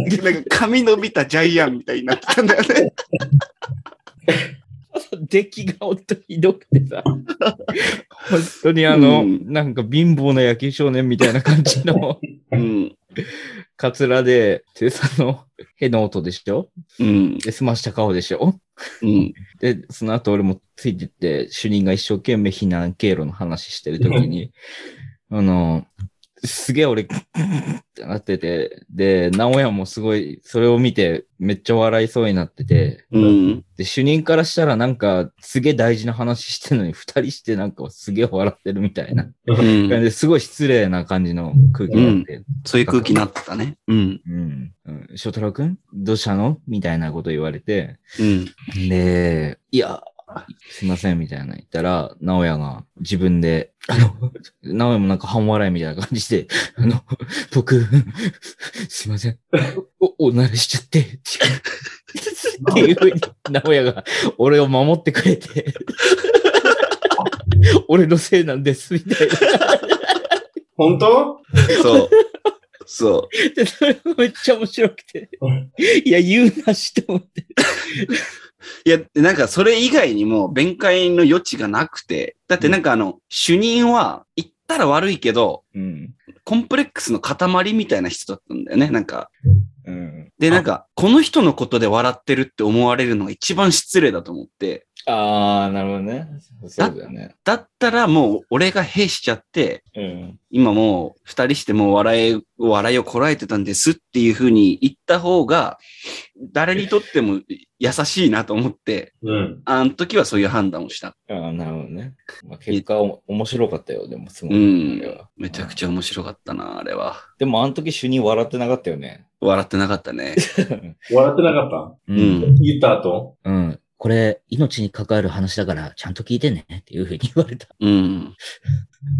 [SPEAKER 2] でなんか髪伸びたジャイアンみたいになってたんだよね。
[SPEAKER 3] 出来が本当ひどくて さ、本当にあの、
[SPEAKER 2] うん
[SPEAKER 3] なんか貧乏な野球少年みたいな感じの
[SPEAKER 2] うん。
[SPEAKER 3] カツラで、で、その、 への音でしょ
[SPEAKER 2] うん。
[SPEAKER 3] で、済ました顔でしょ
[SPEAKER 2] うん。
[SPEAKER 3] で、その後俺もついてって、主任が一生懸命避難経路の話してるとき に、あの、すげえ俺、ってなってて、で、直哉もすごい、それを見て、めっちゃ笑いそうになってて、
[SPEAKER 2] うん。
[SPEAKER 3] で、主任からしたらなんか、すげえ大事な話してるのに、二人してなんかすげえ笑ってるみたいな。
[SPEAKER 2] う
[SPEAKER 3] 感
[SPEAKER 2] ん
[SPEAKER 3] じですごい失礼な感じの空気になって。
[SPEAKER 2] そういう空気になってたね。うん。
[SPEAKER 3] うん。うん、翔太郎くんどうしたのみたいなこと言われて。
[SPEAKER 2] うん。
[SPEAKER 3] で、いや、すいません、みたいな言ったら、直哉が自分で、あの、直哉もなんか半笑いみたいな感じで、あの、僕、すいません、お、おならしちゃって、っていうふうに、直哉が俺を守ってくれて、俺のせいなんです、みたいな。
[SPEAKER 1] 本当
[SPEAKER 2] そう。そ
[SPEAKER 3] で、それもめっちゃ面白くて
[SPEAKER 1] うん、
[SPEAKER 3] いや、言うなしと思って。
[SPEAKER 2] う。いや、なんかそれ以外にも弁解の余地がなくて、だってなんかあの、主任は言ったら悪いけど、
[SPEAKER 3] うん。
[SPEAKER 2] コンプレックスの塊みたいな人だったんだよね。なんか、
[SPEAKER 3] うん。
[SPEAKER 2] で、なんか、この人のことで笑ってるって思われるのが一番失礼だと思って、
[SPEAKER 3] ああ、なるほどね。そうだよね。
[SPEAKER 2] だったらもう俺がへしちゃって、
[SPEAKER 3] うん。
[SPEAKER 2] 今もう二人してもう笑い、笑いをこらえてたんですっていうふうに言った方が、誰にとっても優しいなと思って、
[SPEAKER 1] うん。
[SPEAKER 2] あの時はそういう判断をした。
[SPEAKER 3] ああ、なるほどね。まあ、結果お、面白かったよ、でも、すご
[SPEAKER 2] う
[SPEAKER 3] い。
[SPEAKER 2] ん
[SPEAKER 3] あれは。
[SPEAKER 2] めちゃくちゃ面白かったな、あれは。
[SPEAKER 3] でも、あの時主任笑ってなかったよね。
[SPEAKER 2] 笑ってなかったね。
[SPEAKER 1] 笑ってなかった
[SPEAKER 3] う
[SPEAKER 2] う。ん。
[SPEAKER 1] 言った後。
[SPEAKER 3] うん。これ、命に関わる話だから、ちゃんと聞いてね、っていうふうに言われた。
[SPEAKER 2] うん。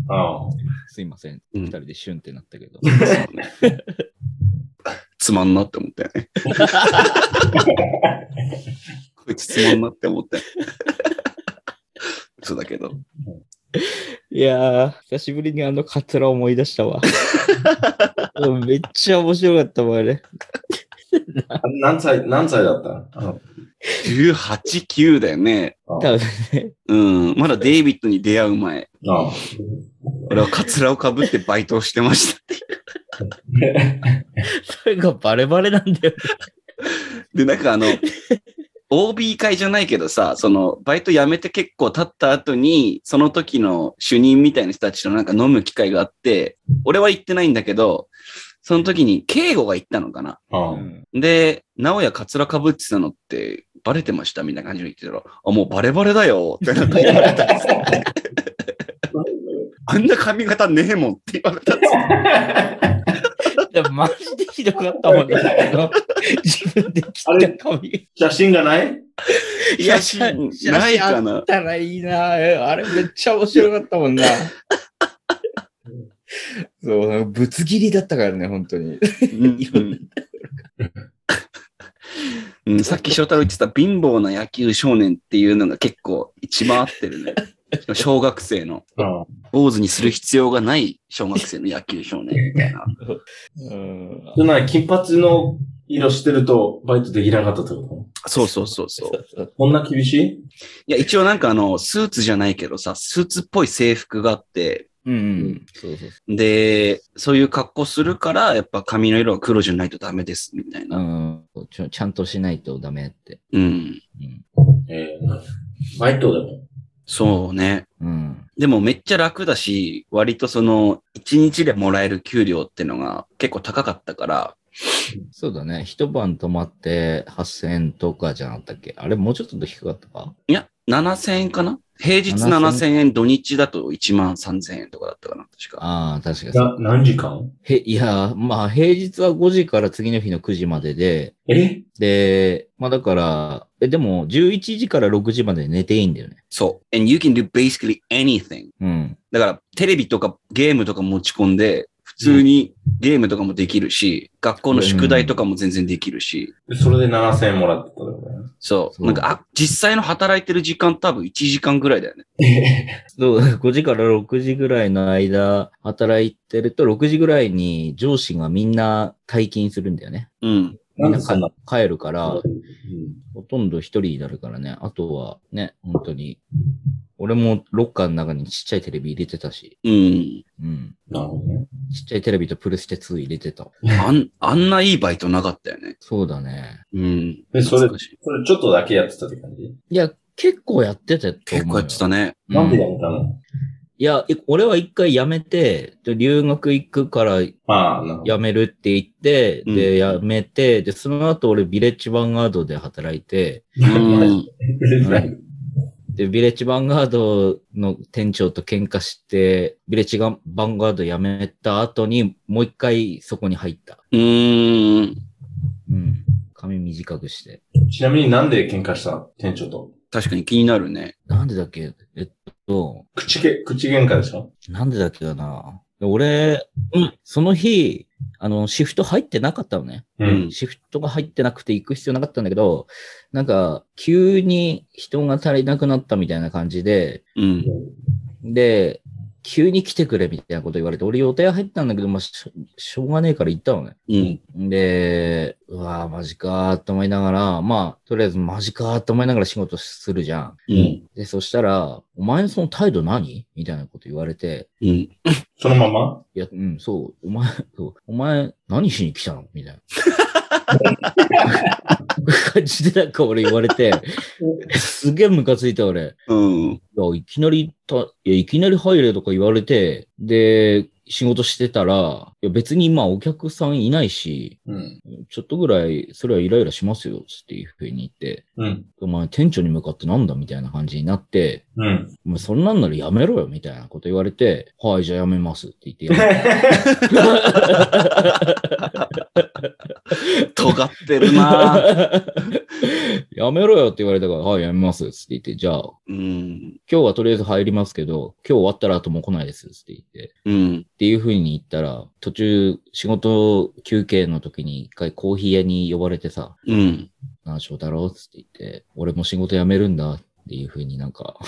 [SPEAKER 1] ああ。
[SPEAKER 3] すいません。
[SPEAKER 2] うん
[SPEAKER 3] 二人でシュンってなったけど。
[SPEAKER 2] そうねつまんなって思ったよね。こいつつまんなって思ったよ。嘘だけど。
[SPEAKER 3] いやー、久しぶりにあのカツラ思い出した わ。うんめっちゃ面白かったわ、あれ。
[SPEAKER 1] 何歳、何歳だったあ
[SPEAKER 2] 18、9だよね。
[SPEAKER 1] あ
[SPEAKER 3] 多分
[SPEAKER 2] うん。まだデイビッドに出会う前。
[SPEAKER 1] ああ。
[SPEAKER 2] 俺はカツラをかぶってバイトをしてました。
[SPEAKER 3] それがバレバレなんだよ。
[SPEAKER 2] で、なんかあの、OB 会じゃないけどさ、その、バイト辞めて結構経った後に、その時の主任みたいな人たちとなんか飲む機会があって、俺は行ってないんだけど、その時に、敬語が行ったのかな。
[SPEAKER 1] ああ
[SPEAKER 3] うん
[SPEAKER 2] で、直哉カツラかぶってたのって、バレてましたみたいな感じで言ってたら、あ、もうバレバレだよってなんか言われたんですよあんな髪型ねえもんって言われたんですよ
[SPEAKER 3] でもマジでひどかったもんね。あの自分で切った髪。
[SPEAKER 1] 写真がない
[SPEAKER 2] いや、しないかな
[SPEAKER 3] あっ。たらいいな。あれめっちゃ面白かったもんな。そう、なんかぶつ切りだったからね、本当に。
[SPEAKER 2] うんうん、さっき翔太郎言ってた貧乏な野球少年っていうのが結構一番合ってるね。小学生の、
[SPEAKER 1] ああ。
[SPEAKER 2] 坊主にする必要がない小学生の野球少年みたいな。
[SPEAKER 3] うん。
[SPEAKER 1] それなら金髪の色してるとバイトできなかったってこと
[SPEAKER 2] そうそうそうそう。
[SPEAKER 1] こんな厳しい
[SPEAKER 2] いや、一応なんかあの、スーツじゃないけどさ、スーツっぽい制服があって、
[SPEAKER 4] うんうん。そうそうそ。
[SPEAKER 2] で、そういう格好するから、やっぱ髪の色は黒じゃないとダメです、みたいうな。
[SPEAKER 4] うん。ちょちゃんとしないとダメって。
[SPEAKER 2] うん。
[SPEAKER 4] うん。
[SPEAKER 1] ええバイトでも。
[SPEAKER 2] そうね。
[SPEAKER 4] うん。
[SPEAKER 2] でもめっちゃ楽だし、割とその、1日でもらえる給料ってのが結構高かったから、
[SPEAKER 4] そうだね。一晩泊まって8000円とかじゃなかったっけあれもうちょっと低かったか
[SPEAKER 2] いや、7000円かな平日7000
[SPEAKER 4] 7000
[SPEAKER 2] 円、土日だと1万3000円とかだったかな、確か。
[SPEAKER 4] ああ、確かにそう。
[SPEAKER 1] な、何時間
[SPEAKER 4] へ、いや、まあ平日は5時から次の日の9時までで、
[SPEAKER 1] え
[SPEAKER 4] で、まあだから、え、でも11時から6時まで寝ていいんだよね。
[SPEAKER 2] そう。and you can do basically anything.
[SPEAKER 4] うん。
[SPEAKER 2] だから、テレビとかゲームとか持ち込んで、普通にゲームとかもできるし、学校の宿題とかも全然できるし、
[SPEAKER 1] それで7000円もらってたよね。
[SPEAKER 2] そう。
[SPEAKER 4] そう
[SPEAKER 2] なんか、あ、実際の働いてる時間多分1時間ぐらいだよね。
[SPEAKER 4] そう、5時 から6時ぐらいの間、働いてると、6時ぐらいに上司がみんな退勤するんだよね。
[SPEAKER 2] うん。
[SPEAKER 4] みんな
[SPEAKER 1] そんな
[SPEAKER 4] か帰るから、
[SPEAKER 1] う
[SPEAKER 4] ほとんど一人になるからね。あとはね、本当に。俺もロッカーの中にちっちゃいテレビ入れてたし。
[SPEAKER 2] うん。
[SPEAKER 4] うん。
[SPEAKER 1] んなるほどね。
[SPEAKER 4] ちっちゃいテレビとプレステ2入れてた。
[SPEAKER 2] あん、あんないいバイトなかったよね。
[SPEAKER 4] そうだね。
[SPEAKER 2] うん。
[SPEAKER 1] えそれ
[SPEAKER 2] 懐かしい
[SPEAKER 1] それちょっとだけやってたって感じ
[SPEAKER 4] いや、結構やってたと思うよ。
[SPEAKER 2] 結構やってたね。
[SPEAKER 4] う。
[SPEAKER 1] なんでやめたの
[SPEAKER 4] いや、え俺は一回辞めて、で留学行くから
[SPEAKER 1] ああ、なるほど
[SPEAKER 4] 辞。めるって言って、
[SPEAKER 2] うん
[SPEAKER 4] で、辞めて、で、その後俺ビレッジヴァンガードで働いて、
[SPEAKER 2] う ん。
[SPEAKER 1] うん
[SPEAKER 4] で、ビレッジヴァンガードの店長と喧嘩して、ビレッジがヴァンガード辞めた後に、もう一回そこに入った。
[SPEAKER 2] うん。
[SPEAKER 4] うん。髪短くして。
[SPEAKER 1] ちなみになんで喧嘩したの店長と。
[SPEAKER 2] 確かに気になるね。
[SPEAKER 4] なんでだっけえっと、
[SPEAKER 1] 口げ、口喧嘩でしょ
[SPEAKER 4] なんでだっけだな。で俺、うん、その日、あの、シフト入ってなかったのね。
[SPEAKER 1] う
[SPEAKER 2] うん
[SPEAKER 4] シフトが入ってなくて行く必要なかったんだけど、なんか、急に人が足りなくなったみたいな感じで、
[SPEAKER 2] うん。
[SPEAKER 4] で、急に来てくれみたいなこと言われて、俺予定入ったんだけど、まあ、しょしょうがねえから行ったのね。
[SPEAKER 2] うん。
[SPEAKER 4] で、うわぁ、マジかーと思いながら、まあ、とりあえずマジかーと思いながら仕事するじゃん。
[SPEAKER 2] うん。
[SPEAKER 4] で、そしたら、お前のその態度何みたいなこと言われて、
[SPEAKER 2] うん。
[SPEAKER 1] そのまま
[SPEAKER 4] いや、うん、そう、お前、そうお前、何しに来たのみたいな。 感じでなんか俺言われて、すげえムカついた俺。
[SPEAKER 2] うん。
[SPEAKER 4] いや、いきなりた、いや、いきなり入れとか言われて、で、仕事してたら、いや、別に今お客さんいないし、
[SPEAKER 1] うん。
[SPEAKER 4] ちょっとぐらい、それはイライラしますよ、つっていう風に言って、
[SPEAKER 1] うん。
[SPEAKER 4] お前、店長に向かってなんだみたいな感じになって、
[SPEAKER 1] うん。
[SPEAKER 4] お前、そんなんならやめろよ、みたいなこと言われて、はい、じゃあやめますって言ってやめた
[SPEAKER 2] 尖って るな
[SPEAKER 4] やめろよって言われたから、はい、やめますって言って、じゃあ、
[SPEAKER 2] うん。
[SPEAKER 4] 今日はとりあえず入りますけど、今日終わったら後もう来ないですって言って、
[SPEAKER 2] うん。
[SPEAKER 4] っていう風に言ったら、途中、仕事休憩の時に一回コーヒー屋に呼ばれてさ、
[SPEAKER 2] うん。
[SPEAKER 4] 何しようだろうって言って、俺も仕事辞めるんだっていう風になんか、
[SPEAKER 1] うん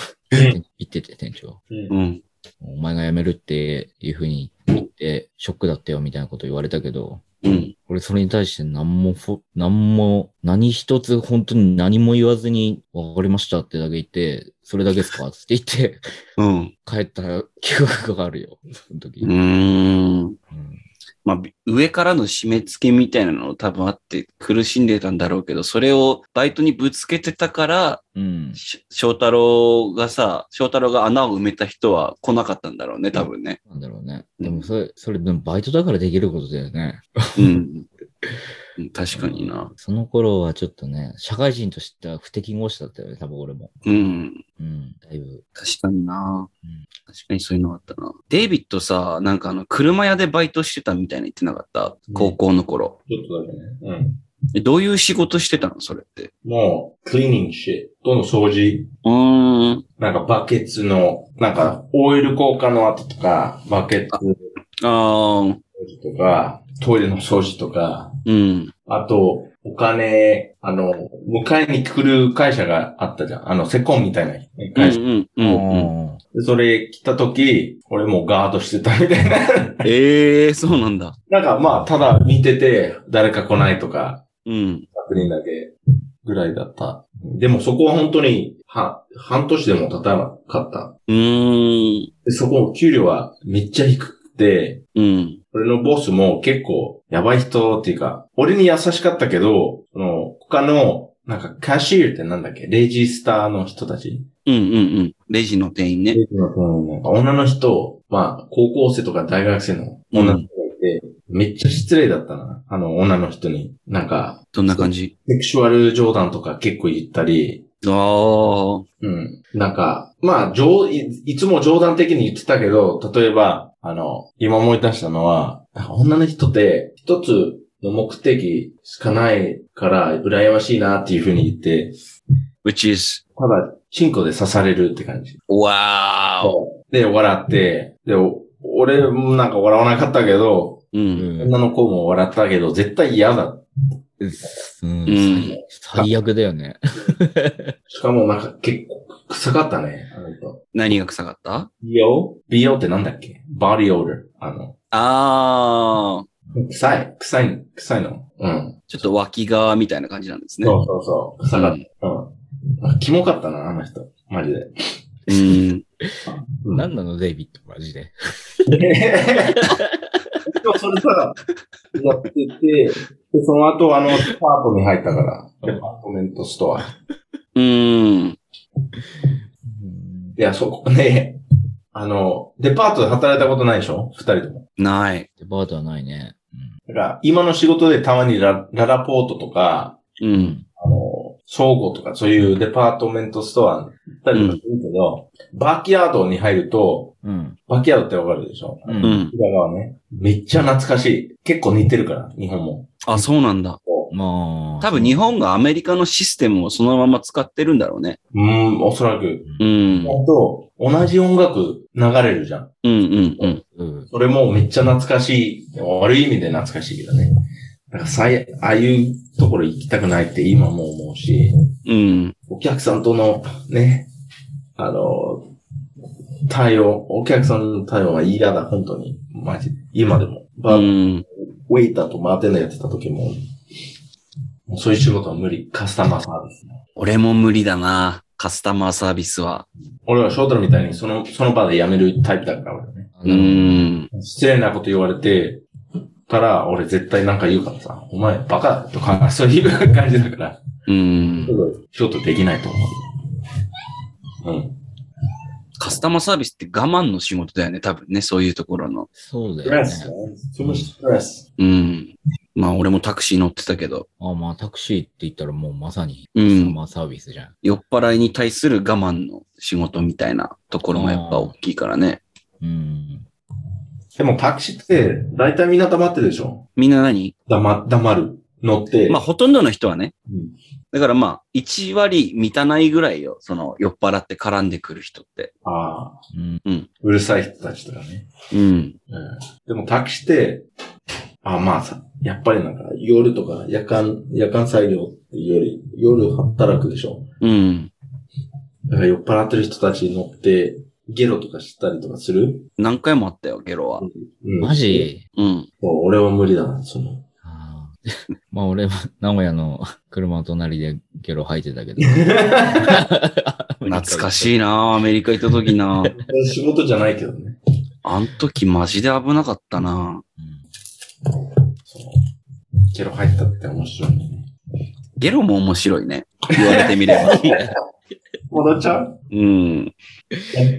[SPEAKER 4] 言ってて、店長。
[SPEAKER 1] うん
[SPEAKER 2] うん。
[SPEAKER 4] お前が辞めるっていう風に言って、ショックだったよみたいなこと言われたけど、
[SPEAKER 2] うん。
[SPEAKER 4] 俺それに対して何もフォ、何も、何一つ本当に何も言わずに、わかりましたってだけ言って、それだけですかって言って、
[SPEAKER 2] うん。
[SPEAKER 4] 帰った記憶があるよ。その時。
[SPEAKER 2] うーん。
[SPEAKER 4] うん
[SPEAKER 2] まあ、び上からの締め付けみたいなの多分あって苦しんでたんだろうけど、それをバイトにぶつけてたから、
[SPEAKER 4] うん。
[SPEAKER 2] し翔太郎がさ、翔太郎が穴を埋めた人は来なかったんだろうね、多分ね。
[SPEAKER 4] なんだろうね。でもそれ、それ、でもバイトだからできることだよね。
[SPEAKER 2] うん。うん確かにな。
[SPEAKER 4] その頃はちょっとね、社会人としては不適合者だったよね、多分俺も。
[SPEAKER 2] うん。
[SPEAKER 4] うん、だいぶ。
[SPEAKER 2] 確かにな
[SPEAKER 4] うん。
[SPEAKER 2] 確かにそういうのあったな。デイビッドさ、なんかあの、車屋でバイトしてたみたいに言ってなかった
[SPEAKER 1] うん
[SPEAKER 2] 高校の頃。
[SPEAKER 1] ちょっとだけね。うん。
[SPEAKER 2] えどういう仕事してたのそれって。
[SPEAKER 1] もう、クリーニングシットの掃除。
[SPEAKER 2] うーん。
[SPEAKER 1] なんかバケツの、なんかオイル交換の後とか、バケツの掃
[SPEAKER 2] ああ、
[SPEAKER 1] 除とか、トイレの掃除とか、
[SPEAKER 2] うん。
[SPEAKER 1] あと、お金、あの、迎えに来る会社があったじゃん。あの、セコンみたいな
[SPEAKER 2] うんう
[SPEAKER 1] 会社。
[SPEAKER 2] んうんうん。
[SPEAKER 4] あ
[SPEAKER 1] でそれ来た時、俺もうガードしてたみたいな。
[SPEAKER 2] ええそうなんだ。
[SPEAKER 1] なんかまあ、ただ見てて、誰か来ないとか、
[SPEAKER 2] うん。
[SPEAKER 1] 確認だけぐらいだった。でもそこは本当に、は、半年でも経たなかった。
[SPEAKER 2] うーん。
[SPEAKER 1] でそこ、給料はめっちゃ低くて、
[SPEAKER 2] うん。
[SPEAKER 1] 俺のボスも結構やばい人っていうか、俺に優しかったけど、その他の、なんかカシールってなんだっけレジスターの人たち
[SPEAKER 2] うんうんうん。レジの店員ね。
[SPEAKER 1] なんか女の人、まあ、高校生とか大学生の女の人がいて、めっちゃ失礼だったな。あの、女の人に。なんか、
[SPEAKER 2] どんな感じ
[SPEAKER 1] セクシュアル冗談とか結構言ったり、
[SPEAKER 2] ああ。
[SPEAKER 1] うん。なんか、まあ、冗い、いつも冗談的に言ってたけど、例えば、あの、今思い出したのは、なんか女の人って、一つの目的しかないから、羨ましいなっていうふうに言って、
[SPEAKER 2] which is,
[SPEAKER 1] ただ、チンコで刺されるって感じ。
[SPEAKER 2] wow.
[SPEAKER 1] で、笑って、で、お俺もなんか笑わなかったけど、
[SPEAKER 2] う。
[SPEAKER 3] うんん。
[SPEAKER 1] 女の子も笑ったけど、絶対嫌だ。
[SPEAKER 3] うん
[SPEAKER 2] うん
[SPEAKER 3] 最悪だよね。
[SPEAKER 1] しかもなんか結構臭かったね、あの人。
[SPEAKER 2] 何が臭かった
[SPEAKER 1] 美容美容ってなんだっけバディオーダー。あの、
[SPEAKER 2] ああ。
[SPEAKER 1] 臭い、臭い、臭いの。うん。
[SPEAKER 2] ちょっと脇側みたいな感じなんですね。
[SPEAKER 1] そうそうそう。臭かっ
[SPEAKER 2] う
[SPEAKER 1] た。うん。あキモかったな、あの人。マジで。
[SPEAKER 2] ん。
[SPEAKER 1] うん
[SPEAKER 3] 何なの、デイビッド、マジで。
[SPEAKER 1] でもそれさ、やってて、で、その後あの、デパートに入ったから、デパートメントストア。
[SPEAKER 2] うん。
[SPEAKER 1] いや、そこね、あの、デパートで働いたことないでしょ二人とも。
[SPEAKER 2] ない。
[SPEAKER 3] デパートはないね。
[SPEAKER 1] だから、今の仕事でたまにラララポートとか、
[SPEAKER 2] うん。
[SPEAKER 1] あの、総合とか、そういうデパートメントストアに行ったりとかするけど、バックヤードに入ると、
[SPEAKER 3] うん。
[SPEAKER 1] バックヤードってわかるでしょ
[SPEAKER 3] う。
[SPEAKER 2] うんん。
[SPEAKER 1] 裏側ね。めっちゃ懐かしい。結構似てるから、日本も。
[SPEAKER 2] あ、そうなんだ。
[SPEAKER 3] まあ。
[SPEAKER 2] 多分日本がアメリカのシステムをそのまま使ってるんだろうね。
[SPEAKER 1] うーん、おそらく。
[SPEAKER 2] うん。
[SPEAKER 1] あと、同じ音楽流れるじゃん。
[SPEAKER 2] うんうんうん。
[SPEAKER 3] うん。
[SPEAKER 1] それもめっちゃ懐かしい。悪い意味で懐かしいけどね。だからさい、ああいうところ行きたくないって今も思うし、
[SPEAKER 2] うん。
[SPEAKER 1] お客さんとのね、あの、対応、お客さんの対応は嫌だ、本当に。マジで。今でも。
[SPEAKER 2] う
[SPEAKER 1] バー
[SPEAKER 2] ん。
[SPEAKER 1] ウェイターとバーテンダーやってた時も、もうそういう仕事は無理。カスタマーサービス。
[SPEAKER 2] 俺も無理だな。カスタマーサービスは。
[SPEAKER 1] 俺は翔太郎みたいにその、その場で辞めるタイプだから、俺はね。
[SPEAKER 2] う
[SPEAKER 3] うん
[SPEAKER 2] ん。
[SPEAKER 1] 失礼なこと言われて、たら、俺絶対なんか言うからさ、お前バカだとか、そういう感じだから、
[SPEAKER 2] うん。
[SPEAKER 1] 仕事できないと思う。うん。
[SPEAKER 2] カスタマーサービスって我慢の仕事だよね。多分ね。そういうところの。
[SPEAKER 3] そうだ
[SPEAKER 1] スト
[SPEAKER 3] よ
[SPEAKER 1] レ
[SPEAKER 3] ね。
[SPEAKER 1] ス。そのストレス。
[SPEAKER 2] うん。まあ俺もタクシー乗ってたけど、
[SPEAKER 3] あまあ、タクシーって言ったらもうまさに、
[SPEAKER 2] うん
[SPEAKER 3] まあサービスじゃん。
[SPEAKER 2] 酔っ払いに対する我慢の仕事みたいなところもやっぱ大きいからね。
[SPEAKER 3] うん。
[SPEAKER 1] でもタクシーって、だいたいみんな黙ってるでしょ
[SPEAKER 2] みんな何
[SPEAKER 1] 黙、黙る。乗って。
[SPEAKER 2] まあほとんどの人はね。
[SPEAKER 1] うん
[SPEAKER 2] だからまあ1割満たないぐらいよ。その酔っ払って絡んでくる人って。
[SPEAKER 1] ああ、
[SPEAKER 3] うん。
[SPEAKER 1] うるさい人たちとかね。
[SPEAKER 2] うん。
[SPEAKER 1] うん。でもタクシーって、あまあさ、やっぱりなんか、夜とか、夜間、夜間作業っていうより、夜働くでしょ
[SPEAKER 2] うん。
[SPEAKER 1] だから酔っ払ってる人たちに乗って、ゲロとかしたりとかする
[SPEAKER 2] 何回もあったよ、ゲロは。
[SPEAKER 1] うん
[SPEAKER 3] マジ
[SPEAKER 2] うん。
[SPEAKER 1] もう俺は無理だな、その。
[SPEAKER 3] あー まあ俺は名古屋の車の隣でゲロ吐いてたけど。
[SPEAKER 2] 懐か
[SPEAKER 3] い。
[SPEAKER 2] しいなアメリカ行った時な
[SPEAKER 1] 仕事じゃないけどね。
[SPEAKER 2] あん時マジで危なかったな
[SPEAKER 3] うん
[SPEAKER 1] そう。ゲロ入ったって面白いね。
[SPEAKER 2] ゲロも面白いね。言われてみれ ば。
[SPEAKER 1] 戻っちゃう
[SPEAKER 2] うん。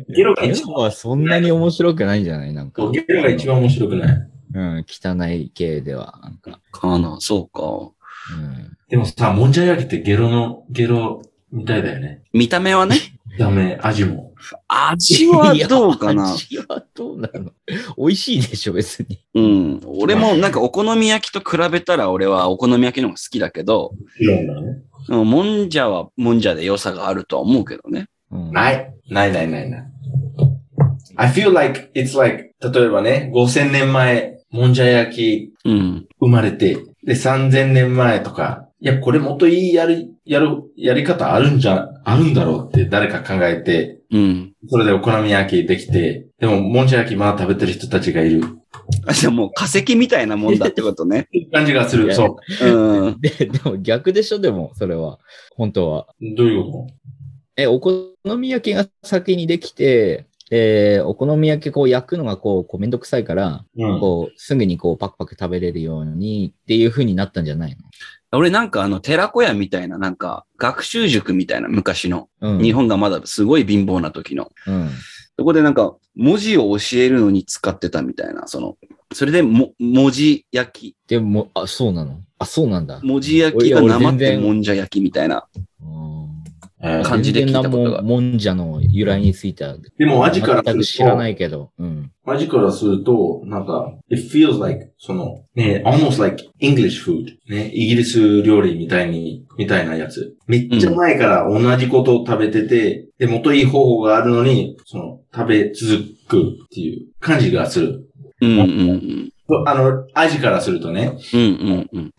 [SPEAKER 1] ゲロが
[SPEAKER 3] ゲ
[SPEAKER 1] 一
[SPEAKER 3] ロはそんなに面白くないんじゃないなんか。
[SPEAKER 1] 番、ゲロが一番面白くない。
[SPEAKER 3] うん、汚い系では、なんか。
[SPEAKER 2] かな、そうか。
[SPEAKER 3] うん。
[SPEAKER 1] でもさ、もんじゃ焼きってゲロの、ゲロみたいだよね。
[SPEAKER 2] 見た目はね、
[SPEAKER 1] ダメ、味も。
[SPEAKER 2] 味はどうか
[SPEAKER 3] いや
[SPEAKER 2] な。
[SPEAKER 3] 味はどうなの美味しいでしょ、別に。
[SPEAKER 2] うん。俺もなんかお好み焼きと比べたら俺はお好み焼きの方が好きだけど、
[SPEAKER 1] いろんなね。
[SPEAKER 2] うんもんじゃはもんじゃで良さがあるとは思うけどね。
[SPEAKER 3] うん。
[SPEAKER 1] ない。ないないないない。I feel like, it's like, 例えばね、5000年前、もんじゃ焼き
[SPEAKER 2] うん。
[SPEAKER 1] 生まれて、で、3000年前とか、いや、これもっといいやりやる、やり方あるんじゃ、あるんだろうって誰か考えて、
[SPEAKER 2] うん。
[SPEAKER 1] それでお好み焼きできて、でも、もんじゃ焼きまだ食べてる人たちがいる。
[SPEAKER 2] あ、じゃあもう化石みたいなもんだってこと ね。
[SPEAKER 1] 感じがす
[SPEAKER 4] い
[SPEAKER 1] る。
[SPEAKER 4] や
[SPEAKER 1] そ
[SPEAKER 2] うん。
[SPEAKER 4] で、でも逆でしょでも、それは。本当は。
[SPEAKER 1] う。どういうこ
[SPEAKER 4] え、お好み焼きが先にできて、で、お好み焼きこう焼くのがこう、こうめんどくさいから、
[SPEAKER 1] とうん。
[SPEAKER 4] こう、すぐにこうパクパク食べれるようにっていう風になったんじゃない
[SPEAKER 2] 俺なんかあの、寺子屋みたいな、なんか、学習塾みたいな昔の、
[SPEAKER 4] のうん。
[SPEAKER 2] 日本がまだすごい貧乏な時の、
[SPEAKER 4] うん。
[SPEAKER 2] そこでなんか、文字を教えるのに使ってたみたいな、その、それでも、文字焼き、
[SPEAKER 4] でも、あ、そうなのあ、そうなんだ。
[SPEAKER 2] 文字焼きが
[SPEAKER 4] いや
[SPEAKER 2] 生
[SPEAKER 4] 俺
[SPEAKER 2] っ
[SPEAKER 4] 全
[SPEAKER 2] て
[SPEAKER 4] 然
[SPEAKER 2] もんじゃ焼きみたいな。
[SPEAKER 4] うん
[SPEAKER 1] えー
[SPEAKER 2] 感じで聞いたことが
[SPEAKER 4] 全然何ももんじゃの由来については
[SPEAKER 1] でも、マジからす
[SPEAKER 4] 全
[SPEAKER 1] る
[SPEAKER 4] く知らな
[SPEAKER 1] と、
[SPEAKER 4] いけど。うん。
[SPEAKER 1] マジからすると、なんか、it feels like, その、ね、almost like English food. ね、イギリス料理みたいに、みたいなやつ。めっちゃ前から同じことを食べてて、で、もっといい方法があるのに、その、食べ続くっていう感じがする。
[SPEAKER 2] うんうんうん。
[SPEAKER 1] あの、味からするとね。
[SPEAKER 2] うんうんうん。
[SPEAKER 4] うん、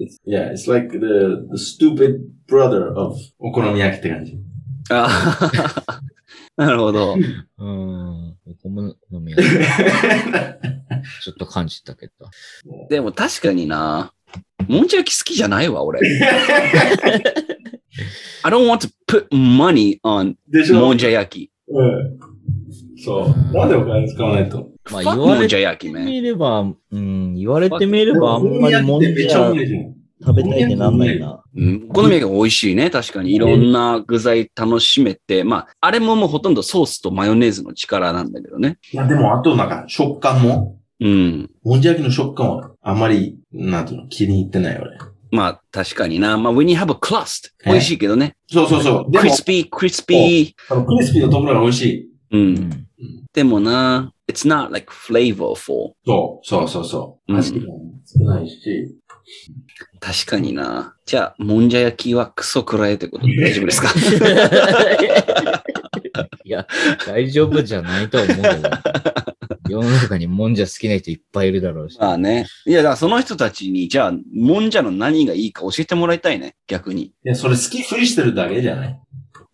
[SPEAKER 1] It's, yeah, it's like the, the stupid brother of お好み焼きって感じ。
[SPEAKER 2] あはは はなるほど。
[SPEAKER 4] うーん。お好み焼き、ちょっと感じたけど。
[SPEAKER 2] でも確かにな。もんじゃ焼き好きじゃないわ、 俺。I don't want to put money on
[SPEAKER 1] でしょ
[SPEAKER 2] もんじゃ焼き。
[SPEAKER 1] うん。そう。なんでお金使わないと。
[SPEAKER 4] ま
[SPEAKER 2] Fuck
[SPEAKER 4] あ、言わ
[SPEAKER 2] もん
[SPEAKER 4] れ
[SPEAKER 2] じ
[SPEAKER 4] て
[SPEAKER 2] ゃ焼き、
[SPEAKER 4] み
[SPEAKER 2] ね。
[SPEAKER 4] れば、うん、言われてみれば、あんまりもん
[SPEAKER 1] お好み焼きってめ
[SPEAKER 4] じ
[SPEAKER 1] っちゃ
[SPEAKER 4] ゃ
[SPEAKER 1] うまいじゃん。
[SPEAKER 5] 食べたいってなんないな。
[SPEAKER 2] うんお好み焼きが美味しいね。確かに。いろんな具材楽しめて。まあ、あれももうほとんどソースとマヨネーズの力なんだけどね。
[SPEAKER 1] いや、でも、あとなんか、食感も、
[SPEAKER 2] うん。
[SPEAKER 1] もんじゃ焼きの食感はあまり、なんていうの、気に入ってない俺。
[SPEAKER 2] まあ、確かにな。まあ、when you have a crust.
[SPEAKER 1] え
[SPEAKER 2] 美味しいけどね。
[SPEAKER 1] そうそうそう。でも、
[SPEAKER 2] crispy, crispy.
[SPEAKER 1] あのクリスピーのところが美味しい。
[SPEAKER 2] う。
[SPEAKER 4] うんん。
[SPEAKER 2] でもな、it's not like flavorful.
[SPEAKER 1] そう、そうそうそう。
[SPEAKER 2] うん
[SPEAKER 1] 味が少ないし。
[SPEAKER 2] 確かにな。じゃあ、もんじゃ焼きはクソくらえってことで大丈夫ですか
[SPEAKER 4] いや、大丈夫じゃないとは思うけど。世の中にもんじゃ好きな人いっぱいいるだろうし。
[SPEAKER 2] まあね。いや、だからその人たちに、じゃあ、もんじゃの何がいいか教えてもらいたいね。逆に。
[SPEAKER 1] いや、それ好きふりしてるだけじゃない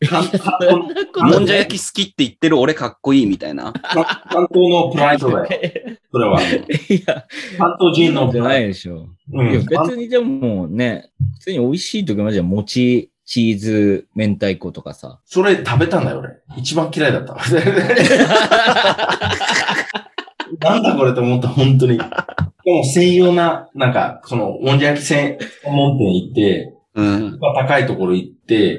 [SPEAKER 1] 関関
[SPEAKER 4] そんなことない
[SPEAKER 2] もんじゃ焼き好きって言ってる俺かっこいいみたいな。
[SPEAKER 1] 関東のプライドだよ。それは。
[SPEAKER 4] いや、
[SPEAKER 1] 関東人のプ
[SPEAKER 4] じゃ
[SPEAKER 1] ラ
[SPEAKER 4] な
[SPEAKER 1] イ
[SPEAKER 4] いでしょ。
[SPEAKER 1] ド。う
[SPEAKER 4] いや
[SPEAKER 1] ん。
[SPEAKER 4] 別にでもね、普通に美味しい時はじゃあ餅、チーズ、明太子とかさ。
[SPEAKER 1] それ食べたんだよ、俺。一番嫌いだった。 なんだこれと思った、本当に。でも専用な、なんか、その、もんじゃ焼き専門店行って、
[SPEAKER 2] うん。
[SPEAKER 1] 高いところ行って、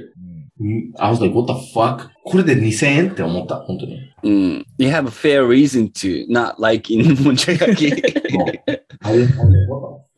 [SPEAKER 4] うん
[SPEAKER 1] あ、was like, what the fuck? これで2000円って思った、本当に。
[SPEAKER 2] うん。You have a fair reason to not liking もんじゃ焼き。
[SPEAKER 1] もう I was like,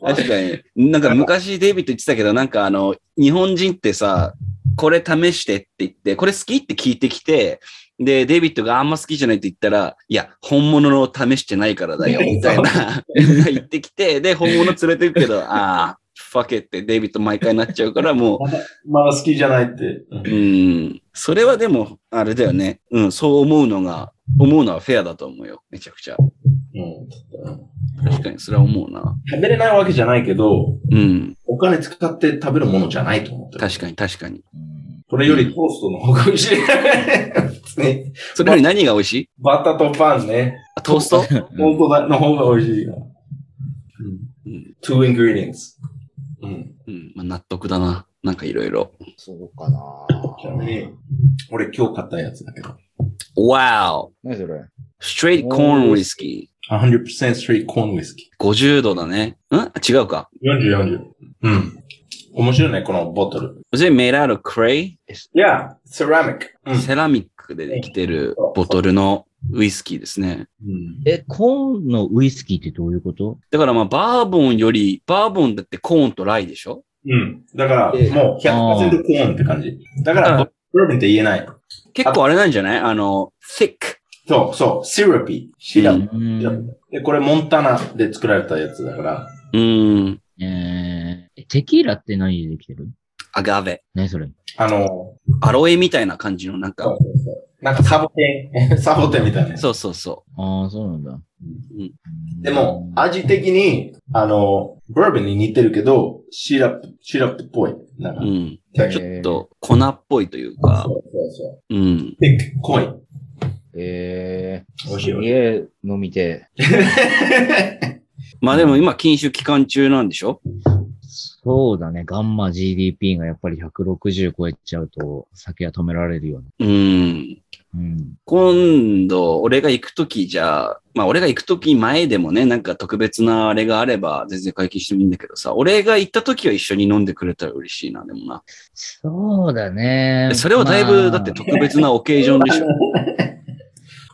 [SPEAKER 1] what the
[SPEAKER 2] 確かに。なんか昔デイビッド言ってたけど、なんかあの、日本人ってさ、これ試してって言って、これ好きって聞いてきて、で、デイビッドがあんま好きじゃないって言ったら、いや、本物のを試してないからだよ、みたいな、みんな言ってきて、で、本物連れてくけど、ああ、fuck it ってデイビッド毎回なっちゃうから、も
[SPEAKER 1] fuck? まだ好きじゃないって。
[SPEAKER 2] う、うん、それはでも、あれだよね。うん、そう思うのが、思うのはフェアだと思うよ、めちゃくちゃ。
[SPEAKER 1] うん
[SPEAKER 2] 確かに、それは思うな。
[SPEAKER 1] 食べれないわけじゃないけど、
[SPEAKER 2] うん、
[SPEAKER 1] お金使って食べるものじゃないと思ってる。
[SPEAKER 2] 確かに、確かに。
[SPEAKER 4] うん
[SPEAKER 1] これよりトーストの方が美味しい。ね
[SPEAKER 2] それより何が美味しい
[SPEAKER 1] バタとパンね。
[SPEAKER 2] あトースト
[SPEAKER 1] 本当だ、の方が美味しいよ。
[SPEAKER 2] う
[SPEAKER 1] うんん。two ingredients. うん。
[SPEAKER 2] うん、まあ、納得だな。なんかいろいろ。
[SPEAKER 4] そうかな
[SPEAKER 1] ちなみに、俺今日買ったやつだけど。
[SPEAKER 2] Wow!
[SPEAKER 4] 何それ
[SPEAKER 2] Straight corn whiskey.
[SPEAKER 1] 100% straight corn whiskey.
[SPEAKER 2] 50度だね。ん違うか。
[SPEAKER 1] 40、40。うん。面白いね、このボトル。
[SPEAKER 2] それ made out of clay?
[SPEAKER 1] Yeah, ceramic. うん。
[SPEAKER 2] セラミックでできてるボトルのウイスキーですね。
[SPEAKER 1] うん
[SPEAKER 4] え、コーンのウイスキーってどういうこと
[SPEAKER 2] だからまあ、バーボンより、バーボンだってコーンとライでしょ
[SPEAKER 1] うん。だから、
[SPEAKER 2] え
[SPEAKER 1] もう
[SPEAKER 4] あー
[SPEAKER 1] 100%コーンって感じ。だか
[SPEAKER 2] あ
[SPEAKER 1] ら、ブーベンって言えない。
[SPEAKER 2] 結構あれなんじゃないあの、thick。
[SPEAKER 1] そう、そう、シロピー。シラ
[SPEAKER 2] う
[SPEAKER 1] プ
[SPEAKER 2] ん
[SPEAKER 4] うん
[SPEAKER 1] で、これモンタナで作られたやつだから、
[SPEAKER 2] うん。
[SPEAKER 4] えー、テキーラって何でできてる
[SPEAKER 2] アガベ。
[SPEAKER 4] 何それ
[SPEAKER 1] あの、
[SPEAKER 2] アロエみたいな感じのなん
[SPEAKER 1] そ
[SPEAKER 2] か
[SPEAKER 1] う。そう そうなんかサボテン、サボテンみたいなやつ。
[SPEAKER 2] そうそうそ
[SPEAKER 4] ああ、そうなんだ。
[SPEAKER 2] う。うん、
[SPEAKER 4] う
[SPEAKER 1] でも、味的に、あの、バーベンに似てるけど、シラップ、シラップっぽい。なんか、
[SPEAKER 2] うん。
[SPEAKER 1] だけ
[SPEAKER 2] ち
[SPEAKER 1] ど
[SPEAKER 2] ょっと粉っぽいというか
[SPEAKER 1] そ、うそうそ
[SPEAKER 2] うん。
[SPEAKER 1] う。で、濃い。
[SPEAKER 4] えー、
[SPEAKER 1] 美味しい
[SPEAKER 4] す
[SPEAKER 1] よ
[SPEAKER 4] げえ飲みてえ。
[SPEAKER 2] まあでも今禁酒期間中なんでしょ
[SPEAKER 4] そうだね。ガンマ GDP がやっぱり160超えちゃうと、酒は止められるよね。
[SPEAKER 2] うん。
[SPEAKER 4] うん。
[SPEAKER 2] 今度、俺が行くときじゃ、まあ俺が行くとき前でもね、なんか特別なあれがあれば全然解禁してもいいんだけどさ、俺が行ったときは一緒に飲んでくれたら嬉しいな、でもな。
[SPEAKER 4] そうだね。
[SPEAKER 2] それはだいぶ、
[SPEAKER 4] ま
[SPEAKER 2] だ
[SPEAKER 4] あ
[SPEAKER 2] って特別なオケージョンで しょ。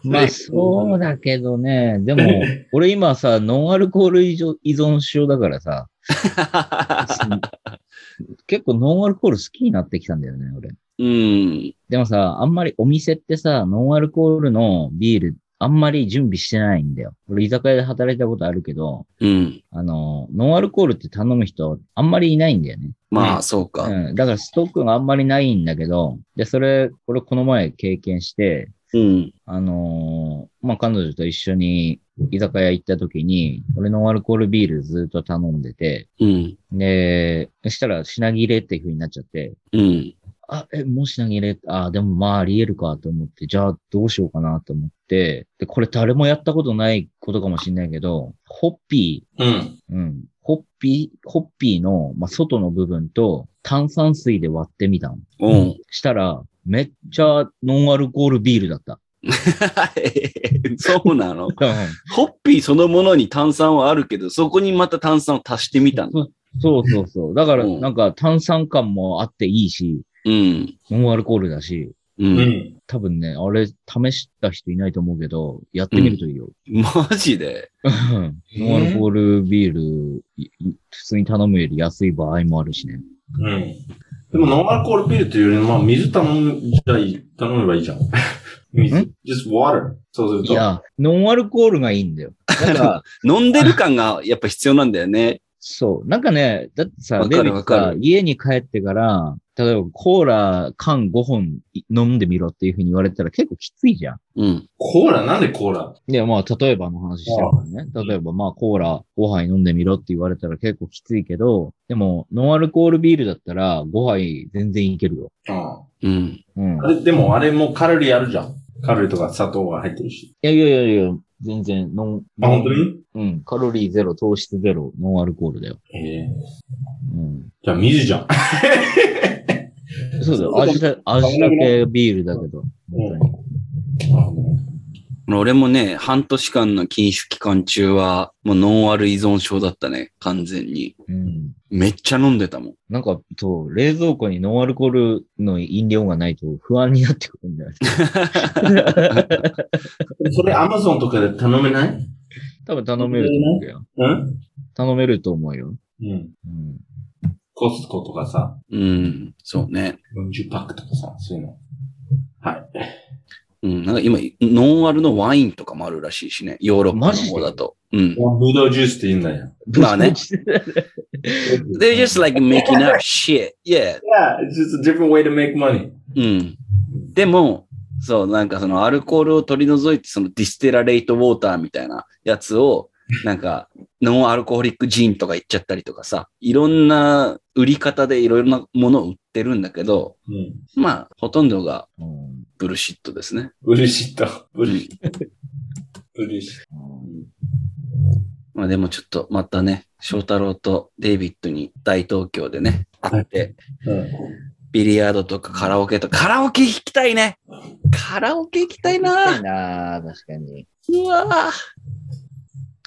[SPEAKER 4] まあそうだけどね。 でも、俺今さ、ノンアルコール依存依存症だか らさ、結構ノンアルコール好きになってきたんだよね、俺。
[SPEAKER 2] うん。
[SPEAKER 4] でもさ、あんまりお店ってさ、ノンアルコールのビール、あんまり準備してないんだよ。俺居酒屋で働いたことあるけど、
[SPEAKER 2] うん。
[SPEAKER 4] あの、ノンアルコールって頼む人あんまりいないんだよね。
[SPEAKER 2] まあ、そうか。
[SPEAKER 4] うん。だからストックがあんまりないんだけど、で、それ、俺この前経験して、
[SPEAKER 2] うん。
[SPEAKER 4] あのーまあ、彼女と一緒に居酒屋行った時に、俺ノンアルコールビールずっと頼んでて、
[SPEAKER 2] うん。
[SPEAKER 4] で、そしたら品切れっていう風になっちゃって、
[SPEAKER 2] うん。
[SPEAKER 4] あ、え、もう品切れ、あ、でもまああり得るかと思って、じゃあどうしようかなと思って、で、これ誰もやったことないことかもしれないけど、ホッピ
[SPEAKER 1] うん。
[SPEAKER 4] ー、うん、ホッピー、ホッピーの、まあ、外の部分と炭酸水で割ってみたの。
[SPEAKER 2] お ん。
[SPEAKER 4] したら、めっちゃノンアルコールビールだった。
[SPEAKER 2] そうなの。ホッピーそのものに炭酸はあるけど、そこにまた炭酸を足してみたんだ。
[SPEAKER 4] そ そうそうそう。だから、
[SPEAKER 2] うん
[SPEAKER 4] なんか炭酸感もあっていいし、
[SPEAKER 2] うん。
[SPEAKER 4] ノンアルコールだし、
[SPEAKER 2] う。
[SPEAKER 1] うんん。
[SPEAKER 4] 多分ね、あれ試した人いないと思うけど、やってみるといいよ。
[SPEAKER 2] マジで
[SPEAKER 4] うん ノンアルコールビール、いい普通に頼むより安い場合もあるしね。
[SPEAKER 1] うん。でも、ノンアルコールビールというより、まあ、水頼んじゃいい、頼めばいい じゃん。水
[SPEAKER 4] ん。
[SPEAKER 1] just water. そうする
[SPEAKER 4] い
[SPEAKER 1] と。
[SPEAKER 4] や、ノンアルコールがいいんだよ。なんか、
[SPEAKER 2] 飲んでる感がやっぱ必要なんだよね。
[SPEAKER 4] そう。なんかね、だってさ、
[SPEAKER 2] わかる
[SPEAKER 4] デビッド
[SPEAKER 2] わか
[SPEAKER 4] さ
[SPEAKER 2] る
[SPEAKER 4] 家に帰ってから、例えばコーラ缶5本い飲んでみろっていうふうに言われたら結構きついじゃん。
[SPEAKER 2] うん。
[SPEAKER 1] コーラなんでコーラ
[SPEAKER 4] いや、まあ、例えばの話してるからね。例えば、まあ、コーラ5杯飲んでみろって言われたら結構きついけど、でも、ノンアルコールビールだったら5杯全然いけるよ。
[SPEAKER 1] うん。
[SPEAKER 2] うん。
[SPEAKER 4] うん
[SPEAKER 1] あ。れ、でもあれもカロリーあるじゃん。カロリーとか砂糖が入ってるし。
[SPEAKER 4] いやいやいやいや、全然、ノン、
[SPEAKER 1] あ、本当に
[SPEAKER 4] うん、カロリーゼロ、糖質ゼロ、ノンアルコールだよ。
[SPEAKER 1] ええ
[SPEAKER 4] うん。
[SPEAKER 1] じゃあ水じゃん。
[SPEAKER 4] そうだよ。味だ、味だけビールだけど。本当に
[SPEAKER 2] 俺もね、半年間の禁酒期間中は、もうノンアル依存症だったね、完全に。
[SPEAKER 4] うん。
[SPEAKER 2] めっちゃ飲んでたもん。
[SPEAKER 4] なんか、そう、冷蔵庫にノンアルコールの飲料がないと不安になってくるんだよね。
[SPEAKER 1] それアマゾンとかで頼めない
[SPEAKER 4] 多分頼めると思うよ。
[SPEAKER 1] うん
[SPEAKER 4] 頼めると思うよ。
[SPEAKER 1] うん。
[SPEAKER 4] うん。
[SPEAKER 1] コスコとかさ、
[SPEAKER 2] うん、そうね。
[SPEAKER 1] 40パックとかさ、そういうの。はい。
[SPEAKER 2] うん、なんか今、ノンアルのワインとかもあるらしいしね、ヨーロッパの方だと。うん。
[SPEAKER 1] ブドウジュースって言うんだよ。
[SPEAKER 2] まあね They're
[SPEAKER 1] Yeah,
[SPEAKER 2] just like making up shit. Yeah.
[SPEAKER 1] it's just a different way to make money.
[SPEAKER 2] うん。でも、そう、なんかそのアルコールを取り除いて、そのディステラレイトウォーターみたいなやつを、なんか、ノンアルコホリックジーンとか言っちゃったりとかさ、いろんな売り方でいろいろなものを売ってるんだけど、
[SPEAKER 1] うん。
[SPEAKER 2] まあ、ほとんどが
[SPEAKER 4] うん。
[SPEAKER 2] ブルシットですね。
[SPEAKER 1] ブルシット。ブルシ ット。ブルシット。
[SPEAKER 2] まあでもちょっとまたね、翔太郎とデイビッドに大東京でね、会って、
[SPEAKER 1] うん。
[SPEAKER 2] ビリヤードとかカラオケとか、カラオケ行きたいねカラオケ行きたいな
[SPEAKER 4] 痛いなぁ、確かに。
[SPEAKER 2] うわぁ。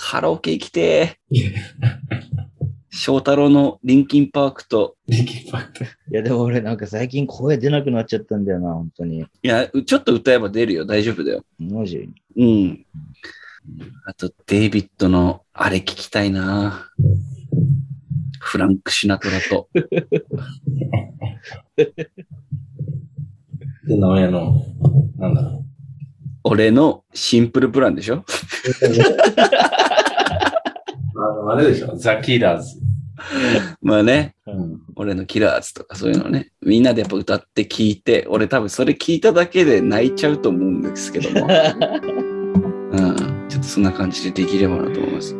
[SPEAKER 2] カラオケ行きてぇ。翔太郎のリンキンパークと、
[SPEAKER 1] リキッパクト。
[SPEAKER 4] いや、でも俺なんか最近声出なくなっちゃったんだよな、本当に。
[SPEAKER 2] いや、ちょっと歌えば出るよ。大丈夫だよ。
[SPEAKER 4] マジ
[SPEAKER 2] うん。あと、デイビッドのあれ聞きたいなぁ。フランク・シナトラと。
[SPEAKER 1] で、名前の、なんだろ
[SPEAKER 2] 俺のシンプルプランでしょ
[SPEAKER 1] う。あの、あれでしょザ・キーラーズ。
[SPEAKER 2] まあね、
[SPEAKER 1] うん。
[SPEAKER 2] 俺のキラーズとかそういうのね。みんなでやっぱ歌って聞いて、俺 多分それ聞いただけで泣いちゃうと思うんですけども。うん。ちょっとそんな感じでできればなと思います。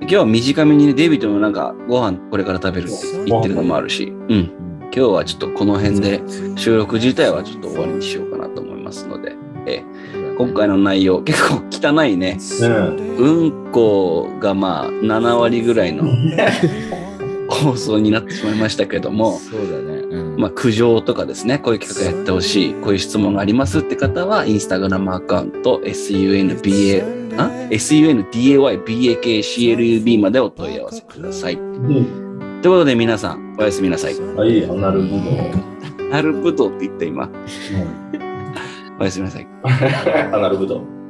[SPEAKER 2] 今日は短めにね、デイビッドもなんかご飯これから食べるって言ってるのもあるし、うん。今日はちょっとこの辺で収録自体はちょっと終わりにしようかなと思いますので、えー今回の内容結構汚いね。うんこがまあ7割ぐらい の放送になってしまいましたけども、
[SPEAKER 3] そうだね。うん。
[SPEAKER 2] まあ、苦情とかですね、こういう企画やってほしい、こういう質問がありますって方は、インスタグラムアカウント、sunba、あ ?sundaybakclub までお問い合わせください。という
[SPEAKER 1] うん。
[SPEAKER 2] ことで皆さん、おやすみなさい。
[SPEAKER 1] あ、いいよ、なるほど。
[SPEAKER 2] なるぶどうって言った今。おやすみなさい。
[SPEAKER 1] アナルブドウ。